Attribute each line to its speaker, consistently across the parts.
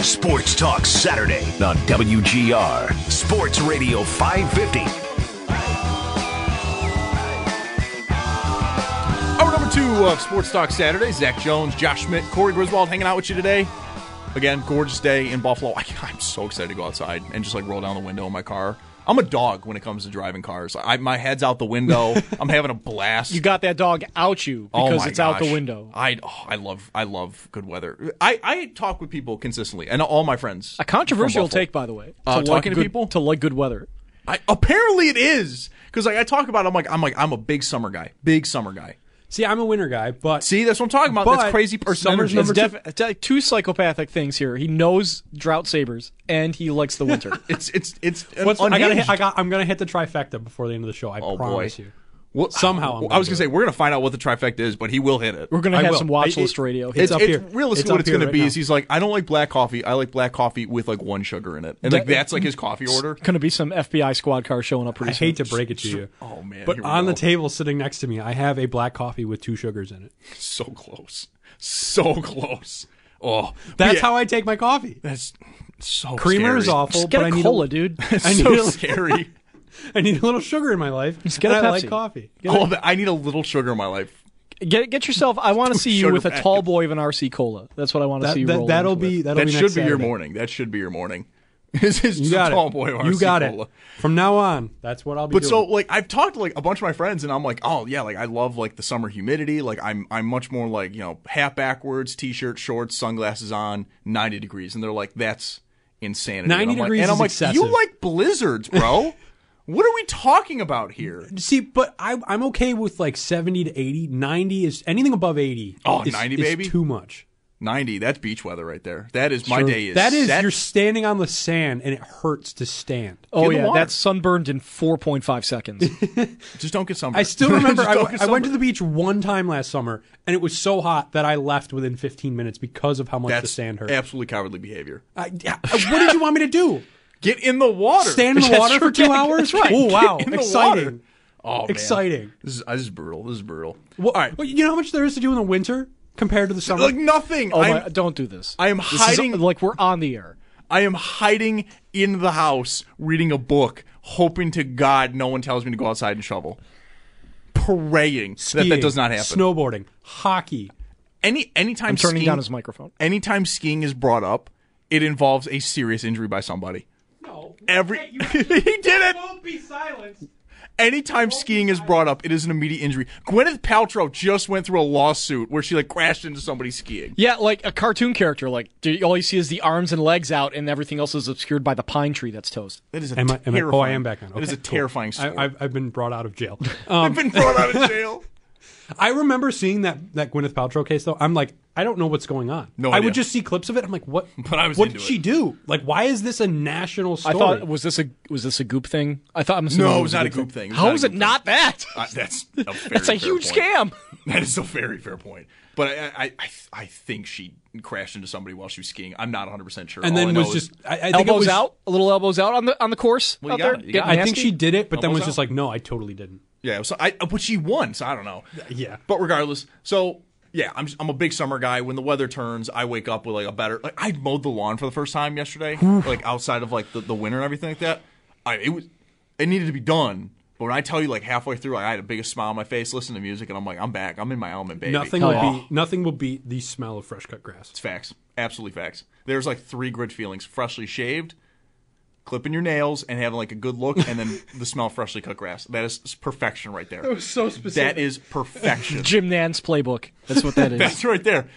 Speaker 1: Sports Talk Saturday on WGR Sports Radio 550.
Speaker 2: two of Sports Talk Saturday. Zach Jones, Josh Schmidt, Corey Griswold hanging out with you today. Again, gorgeous day in Buffalo. I, am so excited to go outside and just like roll down the window in my car. I'm a dog when it comes to driving cars. I, my head's out the window. I'm having a blast.
Speaker 3: You got that dog out you because
Speaker 2: oh
Speaker 3: it's
Speaker 2: gosh.
Speaker 3: out the window.
Speaker 2: I oh, I love I love good weather. I, I talk with people consistently and all my friends.
Speaker 3: A
Speaker 2: from
Speaker 3: controversial
Speaker 2: Buffalo.
Speaker 3: take, by the way. To
Speaker 2: Uh,
Speaker 3: like
Speaker 2: talking to
Speaker 3: good-
Speaker 2: people?
Speaker 3: to like good weather.
Speaker 2: I, apparently it is because like I talk about it, I'm like I'm like I'm a big summer guy. Big summer guy.
Speaker 4: See, I'm a winter guy, but
Speaker 2: See, that's what I'm talking about.
Speaker 4: But
Speaker 2: that's crazy. Or
Speaker 4: summer's
Speaker 2: summer's
Speaker 4: number
Speaker 3: It's
Speaker 2: number
Speaker 4: two.
Speaker 3: def- it's like two psychopathic things here. He knows drought sabers and he likes the winter.
Speaker 2: It's it's it's an
Speaker 4: what's, I gotta
Speaker 2: unhinged
Speaker 4: hit, I got, I'm gonna hit the trifecta before the end of the show. I
Speaker 2: Oh, boy.
Speaker 4: promise you.
Speaker 2: Well,
Speaker 4: Somehow, I'm
Speaker 2: I was
Speaker 4: gonna
Speaker 2: gonna
Speaker 4: do
Speaker 2: say
Speaker 4: it.
Speaker 2: we're gonna find out what the trifecta is, but he will hit it.
Speaker 3: We're gonna
Speaker 4: I
Speaker 3: have
Speaker 4: will.
Speaker 3: some watch
Speaker 4: I- it-
Speaker 3: list radio.
Speaker 4: it's
Speaker 3: hits.
Speaker 4: up here.
Speaker 2: Realistically,
Speaker 4: It's
Speaker 2: what
Speaker 4: up
Speaker 2: it's
Speaker 4: here
Speaker 2: gonna
Speaker 4: right
Speaker 2: be
Speaker 4: now.
Speaker 2: is he's like, I don't like black coffee. I like black coffee with like one sugar in it, and like
Speaker 3: That-
Speaker 2: that's like his coffee order.
Speaker 3: Gonna be some FBI squad car showing up pretty
Speaker 4: I
Speaker 3: soon.
Speaker 4: hate to break it to you.
Speaker 2: Oh man,
Speaker 4: But
Speaker 2: here we
Speaker 4: on the
Speaker 2: go.
Speaker 4: table sitting next to me, I have a black coffee with two sugars in it.
Speaker 2: so close, so close. Oh,
Speaker 4: That's
Speaker 2: yeah,
Speaker 4: how I take my coffee.
Speaker 2: That's so
Speaker 4: Creamer is
Speaker 2: scary.
Speaker 4: awful,
Speaker 3: Get
Speaker 4: but I
Speaker 3: a
Speaker 4: need
Speaker 3: cola,
Speaker 4: a,
Speaker 3: dude.
Speaker 4: I
Speaker 2: It's
Speaker 4: need,
Speaker 2: so
Speaker 4: a,
Speaker 2: scary.
Speaker 4: I need a little sugar in my life. Just
Speaker 3: get a
Speaker 4: I like
Speaker 3: Pepsi.
Speaker 4: coffee.
Speaker 2: Oh, but I need a little sugar in my life.
Speaker 3: Get get yourself. I want to see you
Speaker 2: Sugar
Speaker 3: with a
Speaker 2: packets.
Speaker 3: tall boy of an RC cola. That's what I want to
Speaker 4: That,
Speaker 3: see you. roll
Speaker 4: that, will
Speaker 3: into
Speaker 4: be
Speaker 3: with.
Speaker 4: that'll
Speaker 2: That
Speaker 4: be
Speaker 2: should
Speaker 4: next
Speaker 2: be your
Speaker 4: Saturday.
Speaker 2: morning. That should be your morning. This is
Speaker 4: You
Speaker 2: just
Speaker 4: got
Speaker 2: tall
Speaker 4: it.
Speaker 2: boy.
Speaker 4: you
Speaker 2: RC
Speaker 4: got
Speaker 2: Cola.
Speaker 4: it. From now on, that's what I'll be
Speaker 2: But
Speaker 4: doing.
Speaker 2: so like I've talked to like a bunch of my friends and I'm like, oh yeah, like I love like the summer humidity. Like I'm I'm much more like, you know, hat backwards, t shirt, shorts, sunglasses on, ninety degrees. And they're like, that's insanity.
Speaker 4: 90
Speaker 2: and I'm like,
Speaker 4: degrees
Speaker 2: and I'm
Speaker 4: is
Speaker 2: like,
Speaker 4: excessive.
Speaker 2: you like blizzards, bro. what are we talking about here?
Speaker 4: See, but I, I'm okay with like 70 to 80. 90 is anything above 80.
Speaker 2: Oh,
Speaker 4: is,
Speaker 2: 90,
Speaker 4: is
Speaker 2: baby?
Speaker 4: too much.
Speaker 2: Ninety, that's beach weather right there. That is my day is
Speaker 4: that is
Speaker 2: set.
Speaker 4: you're standing on the sand and it hurts to stand.
Speaker 3: Oh
Speaker 2: Get in the
Speaker 3: yeah,
Speaker 2: water.
Speaker 3: that's sunburned in 4.5 seconds.
Speaker 2: just don't get sunburned.
Speaker 4: I still remember
Speaker 2: Just
Speaker 4: I,
Speaker 2: don't
Speaker 4: w-
Speaker 2: get
Speaker 4: I went to
Speaker 2: sunburned.
Speaker 4: the beach one time last summer and it was so hot that I left within 15 minutes because of how much the
Speaker 2: that's
Speaker 4: sand hurt.
Speaker 2: absolutely cowardly behavior.
Speaker 4: I- yeah, what did you want me to do?
Speaker 2: Get in the water.
Speaker 4: Stand in the
Speaker 3: That's
Speaker 4: water for
Speaker 3: true.
Speaker 4: two hours?
Speaker 3: That's right.
Speaker 4: Oh wow,
Speaker 2: in the water.
Speaker 4: exciting!
Speaker 2: Oh man.
Speaker 4: Exciting.
Speaker 2: This is, this is brutal. This is brutal.
Speaker 4: Well, all right, well, you know how much there is to do in the winter compared to the summer.
Speaker 2: Like nothing.
Speaker 3: Oh
Speaker 2: I'm-
Speaker 3: my, don't do this.
Speaker 2: I am
Speaker 3: This is-
Speaker 2: hiding-
Speaker 3: like we're on the air.
Speaker 2: I am hiding in the house reading a book, hoping to God no one tells me to go outside and shovel. Praying that
Speaker 4: Skiing,
Speaker 2: that does not happen.
Speaker 4: Snowboarding, hockey.
Speaker 2: Any anytime
Speaker 3: I'm turning
Speaker 2: skiing,
Speaker 3: down his microphone.
Speaker 2: anytime skiing is brought up, it involves a serious injury by somebody.
Speaker 4: No,
Speaker 2: Every he did it.
Speaker 4: won't be silenced.
Speaker 2: Anytime skiing is brought up, it is an immediate injury. Gwyneth Paltrow just went through a lawsuit where she like crashed into somebody skiing.
Speaker 3: Yeah, like a cartoon character. Like dude, all you see is the arms and legs out, and everything else is obscured by the pine tree that's toast.
Speaker 2: That is a
Speaker 4: Am I, am I,
Speaker 2: terrifying.
Speaker 4: oh, I am back on. Okay,
Speaker 2: That is a
Speaker 4: cool.
Speaker 2: terrifying story.
Speaker 4: I, I've, um, I've been brought out of jail.
Speaker 2: I've
Speaker 4: Um,
Speaker 2: been brought out of jail.
Speaker 4: I remember seeing that that Gwyneth Paltrow case though. I'm like, I don't know what's going on.
Speaker 2: No
Speaker 4: I
Speaker 2: idea.
Speaker 4: would just see clips of it. I'm like, what?
Speaker 2: But I was
Speaker 4: what
Speaker 2: into
Speaker 4: did
Speaker 2: it.
Speaker 4: she do? Like, why is this a national story?
Speaker 3: I thought was this a was this a goop thing? I thought I'm assuming
Speaker 2: No,
Speaker 3: it
Speaker 2: it
Speaker 3: was
Speaker 2: was not a goop thing. It was
Speaker 3: How
Speaker 2: not a
Speaker 3: is
Speaker 2: goop
Speaker 3: it
Speaker 2: thing.
Speaker 3: not that?
Speaker 2: Uh, that's a very
Speaker 3: That's a
Speaker 2: fair
Speaker 3: huge
Speaker 2: point.
Speaker 3: scam.
Speaker 2: That is a very fair point. But I, I, I, I think she crashed into somebody while she was skiing. I'm not 100 percent sure.
Speaker 4: and
Speaker 2: All I
Speaker 4: then
Speaker 2: know
Speaker 4: was
Speaker 2: is-
Speaker 4: just I, I think it
Speaker 3: elbows
Speaker 4: was,
Speaker 3: out, a little elbows out on the on the course
Speaker 2: Well,
Speaker 3: out
Speaker 2: you
Speaker 3: there.
Speaker 2: got it. You got
Speaker 3: getting
Speaker 2: it.
Speaker 4: I think
Speaker 3: nasty.
Speaker 4: she did it, but then
Speaker 2: Elbows
Speaker 4: was just
Speaker 2: out.
Speaker 4: like, no, I totally didn't.
Speaker 2: yeah. So I but she won. So I don't know.
Speaker 4: Yeah.
Speaker 2: But regardless, so yeah, I'm just, I'm a big summer guy. When the weather turns, I wake up with like a better. Like I mowed the lawn for the first time yesterday, like outside of like the, the winter and everything like that. I it was it needed to be done. But when I tell you, like halfway through, I had the biggest smile on my face, listen to music, and I'm like, I'm back. I'm in my element, baby.
Speaker 4: Nothing will beat nothing will beat the smell of fresh cut grass.
Speaker 2: It's facts. Absolutely facts. There's like three grid feelings freshly shaved, clipping your nails, and having like a good look, and then the smell of freshly cut grass. That is perfection right there.
Speaker 5: That was so specific.
Speaker 2: That is perfection.
Speaker 3: Jim Nance playbook. That's what that is.
Speaker 2: That's right there.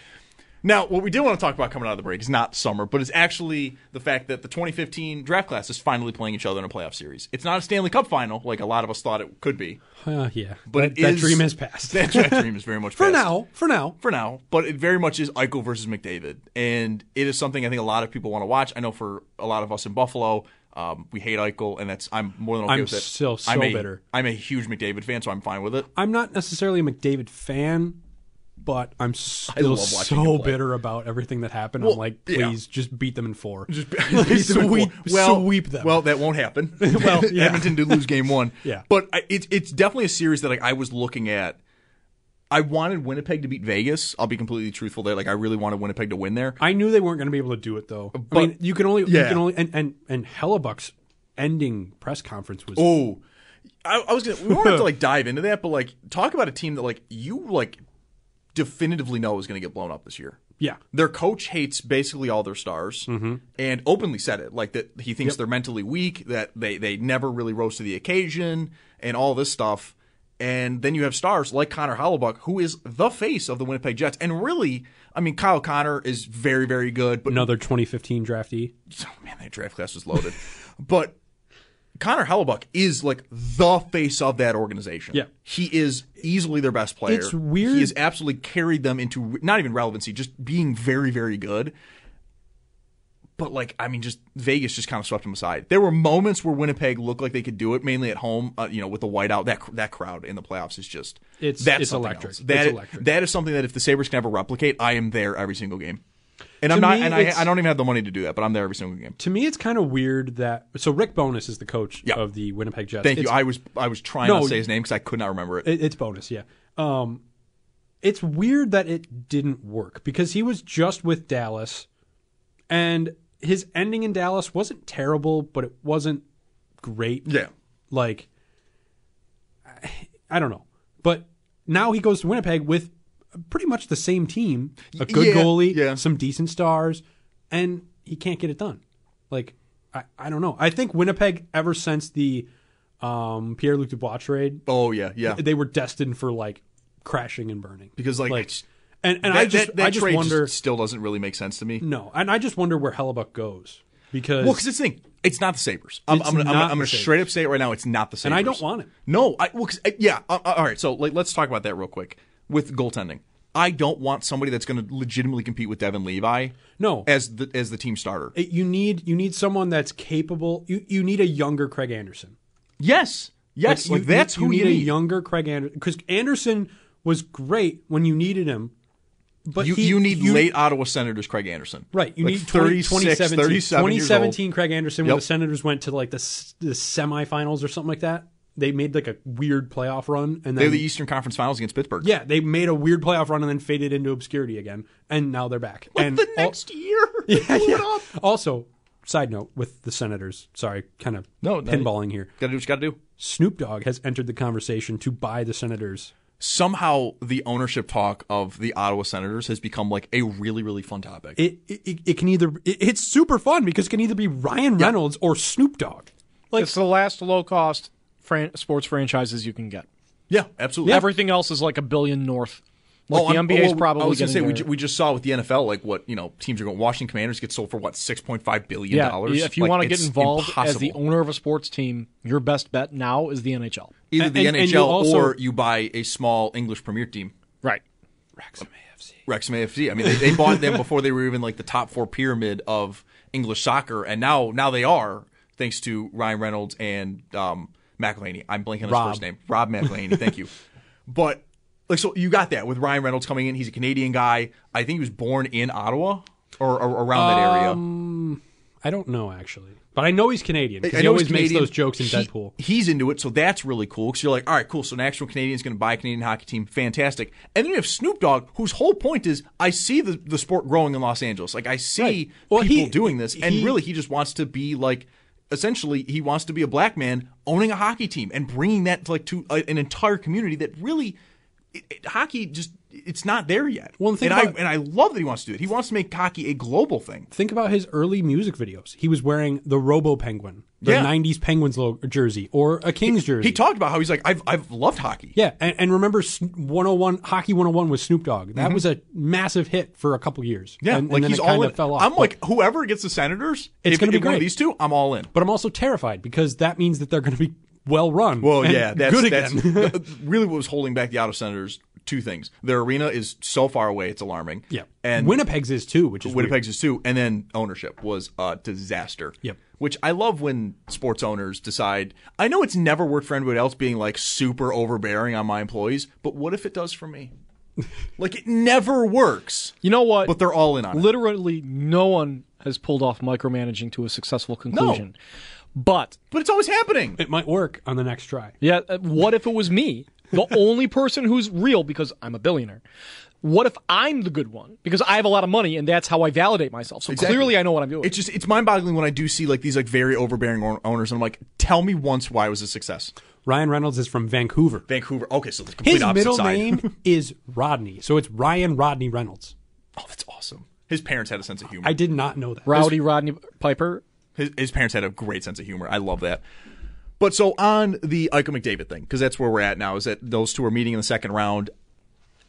Speaker 2: Now, what we do want to talk about coming out of the break is not summer, but it's actually the fact that the 2015 draft class is finally playing each other in a playoff series. It's not a Stanley Cup final like a lot of us thought it could be.
Speaker 4: Uh, yeah,
Speaker 2: But
Speaker 4: that,
Speaker 2: it
Speaker 4: that
Speaker 2: is-
Speaker 4: dream has passed.
Speaker 2: That, that dream is very much
Speaker 4: for
Speaker 2: past.
Speaker 4: now. For now,
Speaker 2: for now, but it very much is Eichel versus McDavid, and it is something I think a lot of people want to watch. I know for a lot of us in Buffalo, um, we hate Eichel, and that's I'm more than okay
Speaker 4: I'm
Speaker 2: with it.
Speaker 4: so, so
Speaker 2: I'm a,
Speaker 4: bitter.
Speaker 2: I'm a huge McDavid fan, so I'm fine with it.
Speaker 4: I'm not necessarily a McDavid fan, but I'm still
Speaker 2: love watching
Speaker 4: so
Speaker 2: him play.
Speaker 4: bitter about everything that happened.
Speaker 2: Well,
Speaker 4: I'm like,
Speaker 2: yeah.
Speaker 4: please just beat them in four. Just
Speaker 2: Sweep-
Speaker 4: sweep,
Speaker 2: well,
Speaker 4: sweep them.
Speaker 2: Well, that won't happen.
Speaker 4: Well,
Speaker 2: well,
Speaker 4: yeah.
Speaker 2: Edmonton did lose game one.
Speaker 4: Yeah.
Speaker 2: but I, it's it's definitely a series that like, I was looking at. I wanted Winnipeg to beat Vegas. I'll be completely truthful there. Like I really wanted Winnipeg to win there.
Speaker 4: I knew they weren't going to be able to do it though.
Speaker 2: But-
Speaker 4: I mean, you can only
Speaker 2: Yeah.
Speaker 4: you can only and and and Hellebuck's ending press conference was
Speaker 2: Oh, I, I was gonna. We won't have to like dive into that, but like talk about a team that like you like definitively know is gonna get blown up this year.
Speaker 4: yeah.
Speaker 2: Their coach hates basically all their stars, and openly said it like that. He thinks they're mentally weak, that they they never really rose to the occasion, and all this stuff. And then you have stars like Connor Hollibuck, who is the face of the Winnipeg Jets, and really, I mean, Kyle Connor is very very good, but
Speaker 4: Another 2015 draftee.
Speaker 2: oh man, that draft class was loaded. but Connor Hellebuck is like the face of that organization.
Speaker 4: Yeah.
Speaker 2: He is easily their best player.
Speaker 4: It's weird.
Speaker 2: He has absolutely carried them into re- not even relevancy, just being very, very good. But like, I mean, just Vegas just kind of swept them aside. There were moments where Winnipeg looked like they could do it, mainly at home. Uh, you know, with the whiteout, that cr- that crowd in the playoffs is just
Speaker 4: It's-
Speaker 2: that's
Speaker 4: it's
Speaker 2: something
Speaker 4: electric.
Speaker 2: else. That
Speaker 4: It's electric.
Speaker 2: that is something that if the Sabres can ever replicate, I am there every single game. And I'm
Speaker 4: To
Speaker 2: not,
Speaker 4: me,
Speaker 2: and I,
Speaker 4: it's-
Speaker 2: I don't even have the money to do that, but I'm there every single game.
Speaker 4: To me, it's kind of weird that so Rick Bonus is the coach
Speaker 2: Yeah.
Speaker 4: of the Winnipeg Jets.
Speaker 2: Thank
Speaker 4: It's-
Speaker 2: you. I was I was trying
Speaker 4: No,
Speaker 2: to say his name because I could not remember it.
Speaker 4: It, it's bonus, yeah. Um, it's weird that it didn't work because he was just with Dallas, and his ending in Dallas wasn't terrible, but it wasn't great.
Speaker 2: Yeah.
Speaker 4: like I, I don't know, but now he goes to Winnipeg with pretty much the same team, a good
Speaker 2: Yeah,
Speaker 4: goalie,
Speaker 2: yeah.
Speaker 4: some decent stars, and he can't get it done. Like I, I don't know. I think Winnipeg ever since the um, Pierre Luc Dubois trade
Speaker 2: Oh yeah, yeah.
Speaker 4: they were destined for like crashing and burning
Speaker 2: Because, like,
Speaker 4: like and, and
Speaker 2: That-
Speaker 4: I just
Speaker 2: that, that
Speaker 4: I just
Speaker 2: trade
Speaker 4: wonder
Speaker 2: still doesn't really make sense to me.
Speaker 4: no and I just wonder where Hellebuck goes because
Speaker 2: Well, because it's the thing, it's not the Sabers. I'm,
Speaker 4: It's
Speaker 2: I'm gonna,
Speaker 4: not
Speaker 2: I'm gonna, I'm
Speaker 4: the
Speaker 2: gonna
Speaker 4: Sabres.
Speaker 2: straight up say it right now. It's not the Sabers,
Speaker 4: And I don't want it.
Speaker 2: No, I well, 'cause, uh, yeah. uh, uh, all right, so like, let's talk about that real quick with goaltending. I don't want somebody that's going to legitimately compete with Devin Levi.
Speaker 4: No.
Speaker 2: as the as the team starter.
Speaker 4: it- you need you need someone that's capable you you need a younger Craig Anderson
Speaker 2: yes, yes. Like,
Speaker 4: you-
Speaker 2: that's
Speaker 4: you,
Speaker 2: who
Speaker 4: you
Speaker 2: you need.
Speaker 4: a younger Craig Anderson because Anderson was great when you needed him but
Speaker 2: you,
Speaker 4: he-
Speaker 2: you need
Speaker 4: you-
Speaker 2: late Ottawa Senators Craig Anderson.
Speaker 4: Right, you
Speaker 2: Like,
Speaker 4: need 20, 2017,
Speaker 2: 37 years old.
Speaker 4: 2017 Craig Anderson when
Speaker 2: Yep.
Speaker 4: the Senators went to like the s- the semifinals or something like that. They made like a weird playoff run, and then
Speaker 2: They're the Eastern Conference Finals against Pittsburgh.
Speaker 4: Yeah, they made a weird playoff run and then faded into obscurity again, and now they're back.
Speaker 2: Like
Speaker 4: and
Speaker 2: the
Speaker 4: al-
Speaker 2: next year. They blew it up.
Speaker 4: also, side note with the Senators, sorry, kind of
Speaker 2: No, no.
Speaker 4: pinballing here.
Speaker 2: Gotta do what you gotta do.
Speaker 4: Snoop Dogg has entered the conversation to buy the Senators.
Speaker 2: Somehow the ownership talk of the Ottawa Senators has become like a really, really fun topic.
Speaker 4: It it, it can either it, it's super fun because it can either be Ryan Reynolds or Snoop Dogg.
Speaker 3: it's the last low cost fran- sports franchises you can get.
Speaker 2: yeah, absolutely.
Speaker 3: Everything else is like a billion north. Like
Speaker 2: Oh,
Speaker 3: the
Speaker 2: I'm-
Speaker 3: NBA
Speaker 2: oh,
Speaker 3: is probably.
Speaker 2: I was gonna
Speaker 3: getting
Speaker 2: say we,
Speaker 3: there.
Speaker 2: ju- we just saw with the NFL like what you know teams are going. Washington Commanders get sold for what six point five billion
Speaker 3: yeah,
Speaker 2: dollars.
Speaker 3: if you
Speaker 2: Like,
Speaker 3: want to get
Speaker 2: it's
Speaker 3: involved as the
Speaker 2: impossible.
Speaker 3: owner of a sports team, your best bet now is the NHL.
Speaker 2: either the
Speaker 4: and- and you
Speaker 2: NHL
Speaker 4: also-
Speaker 2: or you buy a small English Premier team.
Speaker 3: Right.
Speaker 2: Wrexham AFC. I mean, they, they bought them before they were even like the top four pyramid of English soccer, and now now they are thanks to Ryan Reynolds and um, McElhaney. I'm blanking on
Speaker 4: Rob.
Speaker 2: his first name, Rob McElhaney. thank you. But like, so you got that with Ryan Reynolds coming in. He's a Canadian guy. I think he was born in Ottawa or, or around
Speaker 4: Um,
Speaker 2: that area.
Speaker 4: I don't know actually, but I know he's Canadian
Speaker 2: I- I
Speaker 4: because he
Speaker 2: know
Speaker 4: always
Speaker 2: he's
Speaker 4: makes
Speaker 2: Canadian.
Speaker 4: those jokes in
Speaker 2: He-
Speaker 4: Deadpool.
Speaker 2: He's into it, so that's really cool. Because you're like, all right, cool. So an actual Canadian's going to buy a Canadian hockey team. Fantastic. And then you have Snoop Dogg, whose whole point is, I see the, the sport growing in Los Angeles. Like, I see
Speaker 4: Well,
Speaker 2: people
Speaker 4: he-
Speaker 2: doing this. And
Speaker 4: he-
Speaker 2: really, he just wants to be like essentially he wants to be a black man owning a hockey team and bringing that like to a, an entire community that really it, it- hockey just it's not there yet.
Speaker 4: Well, and think
Speaker 2: I
Speaker 4: about-
Speaker 2: and I love that he wants to do it. He wants to make hockey a global thing.
Speaker 4: Think about his early music videos. He was wearing the Robo Penguin, the
Speaker 2: Yeah.
Speaker 4: 90s Penguins lo- jersey, or a Kings jersey.
Speaker 2: He talked about how he's like I've I've loved hockey.
Speaker 4: yeah, and, and remember Sn- 101 Hockey 101 with Snoop Dogg. That was a massive hit for a couple years.
Speaker 2: Yeah,
Speaker 4: and,
Speaker 2: like
Speaker 4: and then
Speaker 2: he's
Speaker 4: it
Speaker 2: all
Speaker 4: kind
Speaker 2: in.
Speaker 4: of fell off.
Speaker 2: I'm
Speaker 4: But-
Speaker 2: like whoever gets the Senators,
Speaker 4: It's
Speaker 2: if,
Speaker 4: gonna be
Speaker 2: if one of
Speaker 4: great.
Speaker 2: these two, I'm all in.
Speaker 4: but I'm also terrified because that means that they're going to be well run.
Speaker 2: Well,
Speaker 4: and
Speaker 2: yeah, that's,
Speaker 4: good
Speaker 2: that's
Speaker 4: again.
Speaker 2: really what was holding back the Ottawa Senators. Two things: their arena is so far away; it's alarming.
Speaker 4: yeah,
Speaker 2: and
Speaker 4: Winnipeg's is too, which is weird.
Speaker 2: Winnipeg's is too, and then ownership was a disaster.
Speaker 4: Yep.
Speaker 2: Which I love when sports owners decide. I know it's never worked for anybody else being like super overbearing on my employees, but what if it does for me? like it never works.
Speaker 3: You know what?
Speaker 2: But they're all in on it.
Speaker 3: Literally, no one has pulled off micromanaging to a successful conclusion. But
Speaker 2: But it's always happening.
Speaker 4: It might work on the next try.
Speaker 3: yeah, uh, what if it was me, the only person who's real because I'm a billionaire? What if I'm the good one because I have a lot of money and that's how I validate myself? So
Speaker 2: Exactly.
Speaker 3: clearly, I know what I'm doing.
Speaker 2: It's just it's mind-boggling when I do see like these like very overbearing o- owners, and I'm like, tell me once why it was a success.
Speaker 4: Ryan Reynolds is from Vancouver.
Speaker 2: Vancouver. Okay, so the complete
Speaker 4: His
Speaker 2: opposite
Speaker 4: middle
Speaker 2: side.
Speaker 4: name is Rodney, so it's Ryan Rodney Reynolds.
Speaker 2: Oh, that's awesome. His parents had a sense of humor.
Speaker 4: I did not know that.
Speaker 3: Rowdy Rodney Piper.
Speaker 2: his, his parents had a great sense of humor. I love that. But so on the Ike McDavid thing, because that's where we're at now, is that those two are meeting in the second round.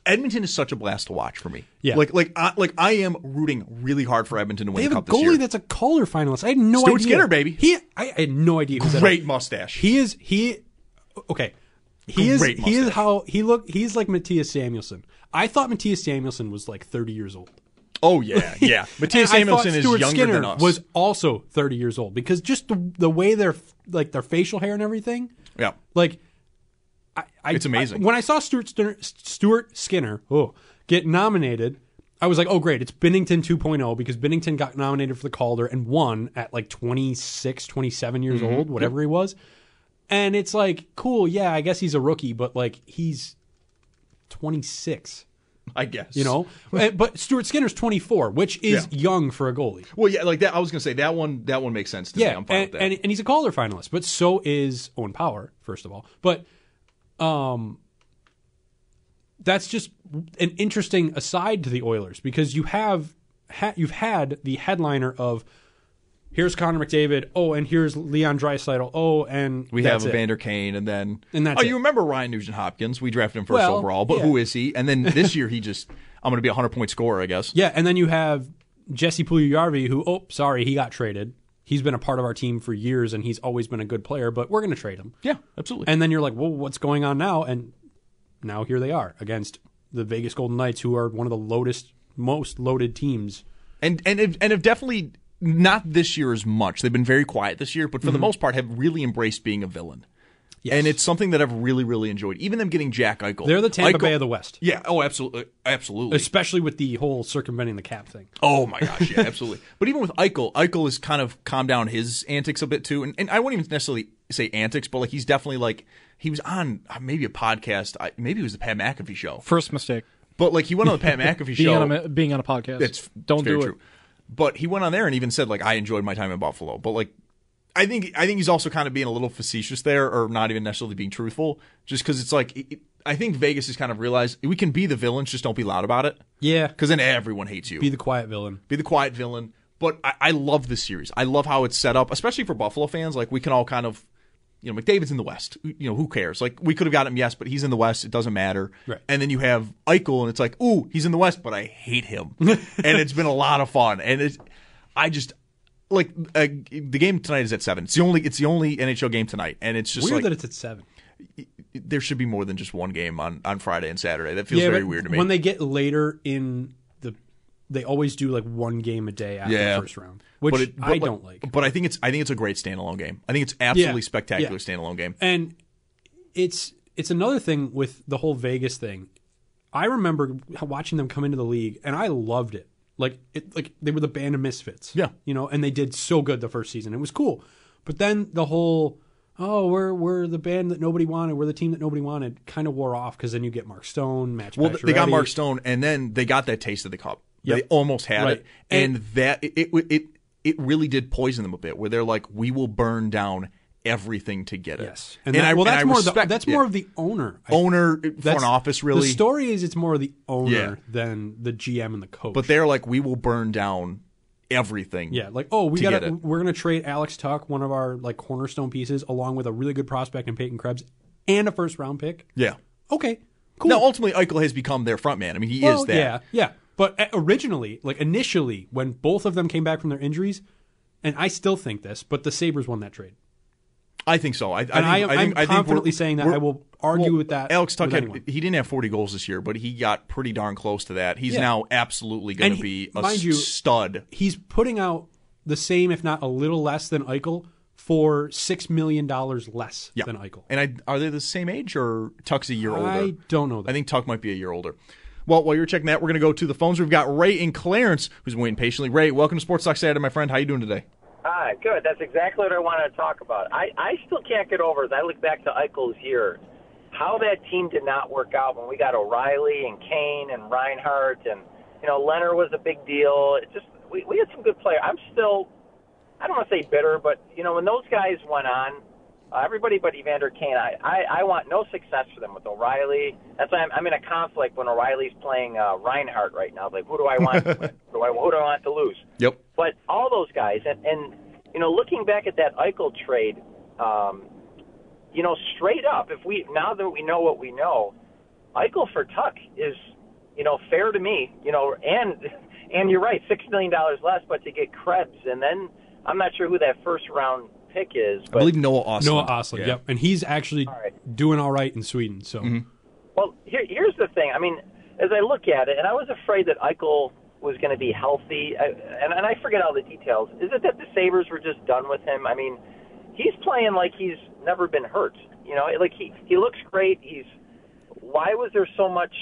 Speaker 2: Edmonton is such a blast to watch for me.
Speaker 4: Yeah.
Speaker 2: like like I, like I am rooting really hard for Edmonton to win
Speaker 4: They have
Speaker 2: the
Speaker 4: a
Speaker 2: cup this year.
Speaker 4: goalie that's a Calder finalist. I had no
Speaker 2: Stuart
Speaker 4: idea.
Speaker 2: Skinner, baby.
Speaker 4: He, I, I had no idea. who that
Speaker 2: great
Speaker 4: was.
Speaker 2: mustache.
Speaker 4: He is he. Okay, he is
Speaker 2: Great
Speaker 4: he is
Speaker 2: mustache.
Speaker 4: how he look. He's like Matthias Samuelson. I thought Matthias Samuelson was like thirty years old.
Speaker 2: oh yeah, yeah. Matthias
Speaker 4: And I thought
Speaker 2: Samuelson is
Speaker 4: Stuart
Speaker 2: younger
Speaker 4: Skinner
Speaker 2: than us.
Speaker 4: Was also thirty years old because just the, the way their like their facial hair and everything.
Speaker 2: yeah.
Speaker 4: Like, I, I
Speaker 2: It's amazing.
Speaker 4: I- when I saw Stuart Skinner, Stuart Skinner oh, get nominated, I was like, oh great, it's Bennington 2.0 because Bennington got nominated for the Calder and won at like 26, 27 years
Speaker 2: Mm-hmm.
Speaker 4: old, whatever he was. And it's like, cool, yeah, I guess he's a rookie, but like he's 26.
Speaker 2: I guess
Speaker 4: You know, Eh, but Stuart Skinner's 24, which is young for a goalie.
Speaker 2: Well, yeah, like that. I was gonna say that one. That one makes sense to me. I'm fine
Speaker 4: and,
Speaker 2: with that.
Speaker 4: and and he's a Calder finalist, but so is Owen Power. First of all, but um, that's just an interesting aside to the Oilers because you have ha- you've had the headliner of here's Connor McDavid, oh, and here's Leon Draisaitl, oh, and
Speaker 2: we
Speaker 4: that's
Speaker 2: have
Speaker 4: it.
Speaker 2: Evander Kane, and then
Speaker 4: And that's
Speaker 2: oh,
Speaker 4: it.
Speaker 2: you remember Ryan Nugent Hopkins? We drafted him first
Speaker 4: Well,
Speaker 2: overall, but
Speaker 4: yeah.
Speaker 2: who is he? And then this year he just I'm gonna be a hundred point scorer, I guess.
Speaker 4: Yeah, and then you have Jesse Puljujarvi, who oh, sorry, he got traded. He's been a part of our team for years, and he's always been a good player, but we're going to trade him.
Speaker 2: Yeah, absolutely.
Speaker 4: And then you're like, well, what's going on now? And now here they are against the Vegas Golden Knights, who are one of the loadest, most loaded teams.
Speaker 2: and and have- and have definitely not this year as much. They've been very quiet this year, but
Speaker 4: Mm-hmm.
Speaker 2: for the most part, have really embraced being a villain. And it's something that I've really, really enjoyed. Even them getting Jack Eichel.
Speaker 4: They're the Tampa
Speaker 2: Eichel-
Speaker 4: Bay of the West,
Speaker 2: Yeah. Oh, absolutely, absolutely.
Speaker 4: especially with the whole circumventing the cap thing.
Speaker 2: Oh my gosh, yeah, absolutely. but even with Eichel, Eichel has kind of calmed down his antics a bit too, and, and I wouldn't even necessarily say antics, but like he's definitely like he was on uh, maybe a podcast, I- maybe it was the Pat McAfee show,
Speaker 3: First mistake.
Speaker 2: but like he went on the Pat McAfee
Speaker 3: Being
Speaker 2: show.
Speaker 3: on a being on a podcast.
Speaker 2: That's
Speaker 3: Don't
Speaker 2: it's very
Speaker 3: do it.
Speaker 2: true. But he went on there and even said like I enjoyed my time in Buffalo, but like. I think I think he's also kind of being a little facetious there, or not even necessarily being truthful, just because it's like it, it- I think Vegas has kind of realized we can be the villains, just don't be loud about it,
Speaker 4: Yeah,
Speaker 2: because then everyone hates you
Speaker 4: be the quiet villain.
Speaker 2: be the quiet villain. But I, I love this series. I love how it's set up, especially for Buffalo fans. Like we can all kind of, you know, McDavid's in the West. You know, who cares? Like we could have got him, yes, but he's in the West. It doesn't matter.
Speaker 4: Right.
Speaker 2: And then you have Eichel, and it's like, ooh, he's in the West, but I hate him. and it's been a lot of fun. And it's, I just like uh, the game tonight is at seven. It's the only it's the only NHL game tonight, and it's just
Speaker 4: Weird
Speaker 2: like
Speaker 4: that it's at seven.
Speaker 2: there should be more than just one game on on Friday and Saturday. That feels very
Speaker 4: but
Speaker 2: weird to me.
Speaker 4: When they get later in the, they always do like one game a day after
Speaker 2: Yeah.
Speaker 4: the first round, which
Speaker 2: it-
Speaker 4: I don't like.
Speaker 2: But I think it's I think it's a great standalone game. I think it's absolutely
Speaker 4: Yeah.
Speaker 2: spectacular
Speaker 4: Yeah.
Speaker 2: standalone game.
Speaker 4: And it's it's another thing with the whole Vegas thing. I remember watching them come into the league, and I loved it. Like it, like they were the band of misfits.
Speaker 2: Yeah.
Speaker 4: you know, and they did so good the first season. It was cool, but then the whole oh we're we're the band that nobody wanted, we're the team that nobody wanted, kind of wore off because then you get Mark Stone, Match.
Speaker 2: Well, they got
Speaker 4: Pacioretty.
Speaker 2: Mark Stone, and then they got that taste of the cup. They
Speaker 4: Yep.
Speaker 2: almost had
Speaker 4: Right.
Speaker 2: it, and, that it, it it it really did poison them a bit, where they're like, "We will burn down everything to get it." Yes,
Speaker 4: And, that, well, that's more of the,
Speaker 2: respect-
Speaker 4: that's
Speaker 2: yeah.
Speaker 4: more of the owner, I-
Speaker 2: Owner,
Speaker 4: that's-
Speaker 2: front office, really.
Speaker 4: The story is it's more of the owner
Speaker 2: Yeah.
Speaker 4: than the GM and the coach.
Speaker 2: But they're like, "We will burn down everything."
Speaker 4: yeah, like oh, we
Speaker 2: to
Speaker 4: got
Speaker 2: get it.
Speaker 4: to we're gonna trade Alex Tuck, one of our like cornerstone pieces, along with a really good prospect in Peyton Krebs and a first round pick.
Speaker 2: Yeah.
Speaker 4: Okay, cool.
Speaker 2: Now, ultimately, Eichel has become their front man. I mean, he
Speaker 4: Well,
Speaker 2: is that.
Speaker 4: Yeah, yeah. But uh, originally, like initially, when both of them came back from their injuries, and I still think this, but the Sabers won that trade.
Speaker 2: I think so. I, I think,
Speaker 4: And I am-
Speaker 2: I think,
Speaker 4: I'm
Speaker 2: I think
Speaker 4: confidently
Speaker 2: we're-
Speaker 4: saying that
Speaker 2: we're-
Speaker 4: I will argue
Speaker 2: well,
Speaker 4: with that
Speaker 2: Alex Tuck
Speaker 4: with
Speaker 2: had-
Speaker 4: anyone.
Speaker 2: he didn't have 40 goals this year, but he got pretty darn close to that. He's
Speaker 4: Yeah.
Speaker 2: now absolutely going
Speaker 4: And
Speaker 2: to
Speaker 4: he-
Speaker 2: be a
Speaker 4: mind you-
Speaker 2: stud.
Speaker 4: He's putting out the same, if not a little less, than Eichel for six million dollars less
Speaker 2: Yeah.
Speaker 4: than Eichel.
Speaker 2: And I, are they the same age or Tuck's a year older?
Speaker 4: I don't know that.
Speaker 2: I think Tuck might be a year older. Well, while you're checking that, we're going to go to the phones. We've got Ray and Clarence, who's waiting patiently. Ray, welcome to Sports Talk Saturday, my friend. How you doing today?
Speaker 5: Ah, good. That's exactly what I wanted to talk about. I, I still can't get over as I look back to Eichel's years, how that team did not work out when we got O'Reilly and Kane and Reinhardt and you know Leonard was a big deal. It just we, we had some good players. I'm still, I don't want to say bitter, but you know when those guys went on, uh, everybody but Evander Kane, I, I I want no success for them with O'Reilly. That's why I'm, I'm in a conflict when O'Reilly's playing uh, Reinhardt right now. Like who do I want? to win? who, do I, who do I want to lose?
Speaker 2: Yep.
Speaker 5: But all those guys, and, and you know, looking back at that Eichel trade, um, you know, straight up, if we now that we know what we know, Eichel for Tuck is, you know, fair to me, you know, and and you're right, six million dollars less, but to get Krebs, and then I'm not sure who that first round pick is,
Speaker 2: I
Speaker 5: but
Speaker 2: believe Noah Austin.
Speaker 4: Noah Oslund, yep, and he's actually doing all right in Sweden. So
Speaker 2: Mm-hmm.
Speaker 5: Well, here, here's the thing. I mean, as I look at it, and I was afraid that Eichel was going to be healthy, I, and, and I forget all the details. Is it that the Sabres were just done with him? I mean, he's playing like he's never been hurt. You know, like he, he looks great. He's why was there so much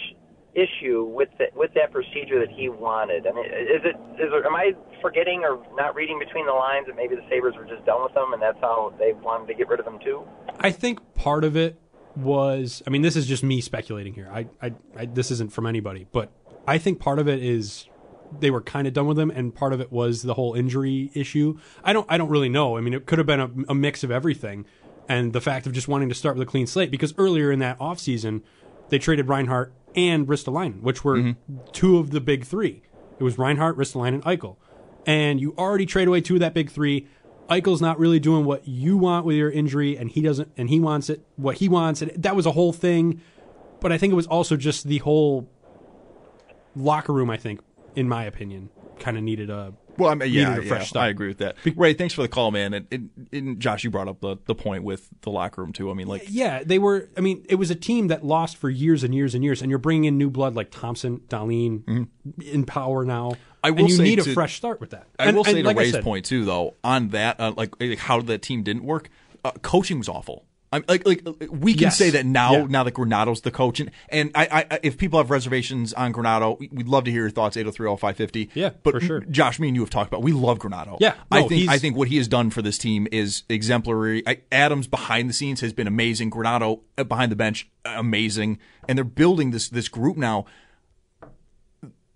Speaker 5: issue with the, with that procedure that he wanted? I mean, is it is it, am I forgetting or not reading between the lines that maybe the Sabres were just done with him and that's how they wanted to get rid of him too?
Speaker 4: I think part of it was I mean this is just me speculating here. I, I, I this isn't from anybody, but I think part of it is they were kind of done with him and part of it was the whole injury issue. I don't I don't really know. I mean it could have been a, a mix of everything and the fact of just wanting to start with a clean slate because earlier in that offseason they traded Reinhardt and Ristolainen, which were two of the big 3. It was Reinhardt, Ristolainen, and Eichel. And you already trade away two of that big 3. Eichel's not really doing what you want with your injury, and he doesn't, and he wants it what he wants, and that was a whole thing. But I think it was also just the whole locker room. I think, in my opinion, kind of needed a
Speaker 2: Well, I mean, yeah,
Speaker 4: needed a
Speaker 2: yeah,
Speaker 4: fresh start.
Speaker 2: I agree with that. Ray, thanks for the call, man. And, and, and Josh, you brought up the, the point with the locker room too. I mean, like,
Speaker 4: Yeah, they were. I mean, it was a team that lost for years and years and years, and you're bringing in new blood like Thompson, Darlene, in power now.
Speaker 2: Mm-hmm. I will
Speaker 4: and you
Speaker 2: say
Speaker 4: need
Speaker 2: to-
Speaker 4: a fresh start with that.
Speaker 2: I
Speaker 4: And-
Speaker 2: will
Speaker 4: and
Speaker 2: say to
Speaker 4: like I
Speaker 2: Ray's
Speaker 4: said-
Speaker 2: point too, though, on that, uh, like, like how that team didn't work, uh, coaching was awful. I'm like, like we can
Speaker 4: Yes.
Speaker 2: say that now.
Speaker 4: Yeah.
Speaker 2: Now that Granado's the coach, and, and I, I- I, if people have reservations on Granado, we- we'd love to hear your thoughts. 803-0550. Yeah, but
Speaker 4: for sure.
Speaker 2: Josh, me and you have talked about. We love Granado.
Speaker 4: Yeah,
Speaker 2: I
Speaker 4: no,
Speaker 2: think
Speaker 4: he's-
Speaker 2: I think what he has done for this team is exemplary. I, Adams behind the scenes has been amazing. Granado uh, behind the bench, amazing, and they're building this this group now.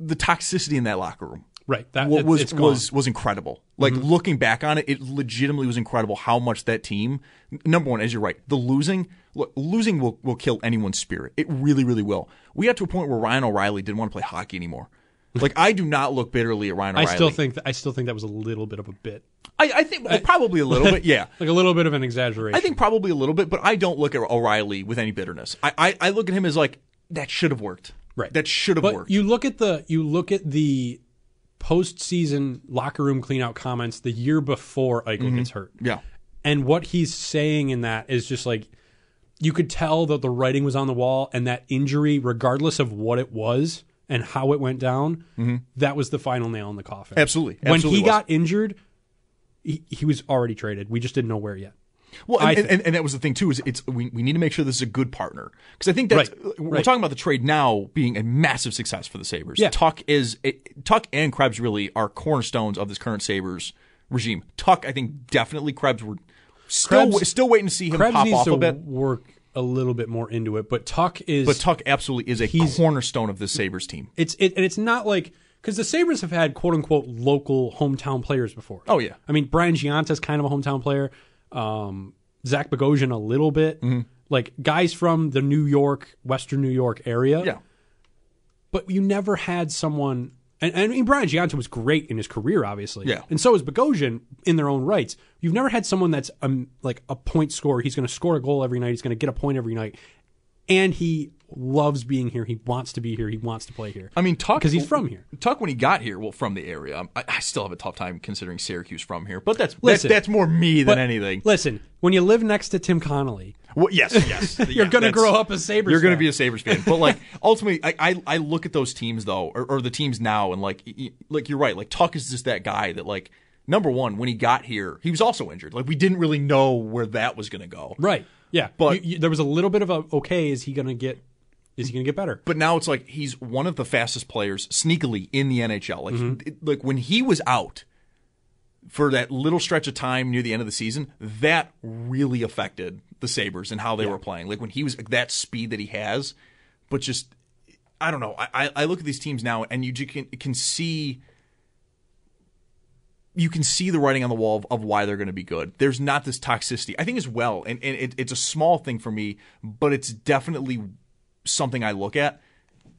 Speaker 2: The toxicity in that locker room,
Speaker 4: Right, that-
Speaker 2: what
Speaker 4: it's-
Speaker 2: was
Speaker 4: it's gone.
Speaker 2: was was incredible. Like
Speaker 4: Mhm.
Speaker 2: looking back on it, it legitimately was incredible how much that team. n- Number one, as you're right, the losing, look, losing will will kill anyone's spirit. It really, really will. We got to a point where Ryan O'Reilly didn't want to play hockey anymore. Like I do not look bitterly at Ryan
Speaker 4: I
Speaker 2: O'Reilly.
Speaker 4: still think that, I still think that was a little bit of a bit.
Speaker 2: I, I think well, probably a little bit. Yeah,
Speaker 4: like a little bit of an exaggeration.
Speaker 2: I think probably a little bit, but I don't look at O'Reilly with any bitterness. I I, I look at him as like that should have worked. Right. That should have
Speaker 4: but
Speaker 2: worked.
Speaker 4: You look at the you look at the postseason locker room cleanout comments the year before Eichel
Speaker 2: Mhm.
Speaker 4: gets hurt.
Speaker 2: Yeah.
Speaker 4: And what he's saying in that is just like you could tell that the writing was on the wall and that injury, regardless of what it was and how it went down,
Speaker 2: Mhm.
Speaker 4: that was the final nail in the coffin.
Speaker 2: Absolutely.
Speaker 4: When
Speaker 2: Absolutely
Speaker 4: he
Speaker 2: was.
Speaker 4: got injured, he, he was already traded. We just didn't know where yet.
Speaker 2: Well,
Speaker 4: I
Speaker 2: and,
Speaker 4: think-
Speaker 2: and, and that was the thing too is it's we, we need to make sure this is a good partner because I think that's
Speaker 4: Right,
Speaker 2: we're
Speaker 4: right.
Speaker 2: talking about the trade now being a massive success for the Sabers.
Speaker 4: Yeah.
Speaker 2: Tuck is it, Tuck and Krebs really are cornerstones of this current Sabers regime. Tuck, I think, definitely Krebs were still
Speaker 4: Krebs-
Speaker 2: still waiting to see him
Speaker 4: Krebs
Speaker 2: pop
Speaker 4: needs
Speaker 2: off
Speaker 4: to
Speaker 2: a bit.
Speaker 4: work a little bit more into it, but Tuck is
Speaker 2: But Tuck absolutely is a
Speaker 4: he's-
Speaker 2: cornerstone of the Sabers team.
Speaker 4: It's it, and it's not like because the Sabres have had quote unquote local hometown players before.
Speaker 2: Oh, yeah.
Speaker 4: I mean Brian Gianta's kind of a hometown player. Um, Zach Bogosian a little bit,
Speaker 2: Mm-hmm.
Speaker 4: like guys from the New York, Western New York area.
Speaker 2: Yeah.
Speaker 4: But you never had someone, and, and I mean Brian Gianta was great in his career, obviously.
Speaker 2: Yeah.
Speaker 4: And so is Bogosian in their own rights. You've never had someone that's um, like a point scorer. He's going to score a goal every night. He's going to get a point every night, and he loves being here. He wants to be here. He wants to play here.
Speaker 2: I mean, Tuck
Speaker 4: because he's from here.
Speaker 2: Tuck when he got here, well, from the area. um, I, I still have a tough time considering Syracuse from here, but that's
Speaker 4: Listen.
Speaker 2: that, that's more me than
Speaker 4: But-
Speaker 2: anything.
Speaker 4: Listen, when you live next to Tim Connolly,
Speaker 2: Well, yes, yes.
Speaker 4: You're gonna
Speaker 2: that's-
Speaker 4: grow up a Sabres
Speaker 2: You're gonna
Speaker 4: fan.
Speaker 2: be a Sabres fan. But like ultimately, I, I I look at those teams though, or, or the teams now, and like y- y- like you're right. Like Tuck is just that guy that like number one when he got here, he was also injured. Like we didn't really know where that was gonna go.
Speaker 4: right? Yeah,
Speaker 2: But-
Speaker 4: You- you- there was a little bit of a okay. Is he going to get? Is he going to get better?
Speaker 2: But now it's like he's one of the fastest players sneakily in the NHL. Like it- like when he was out for that little stretch of time near the end of the season, that really affected the Sabres and how they were playing. Like when he was that speed that he has, but just I don't know. I, I- I look at these teams now and you ju- can can see you can see the writing on the wall of, of why they're going to be good. There's not this toxicity. I think as well, and, and it, it's a small thing for me, but it's definitely something I look at.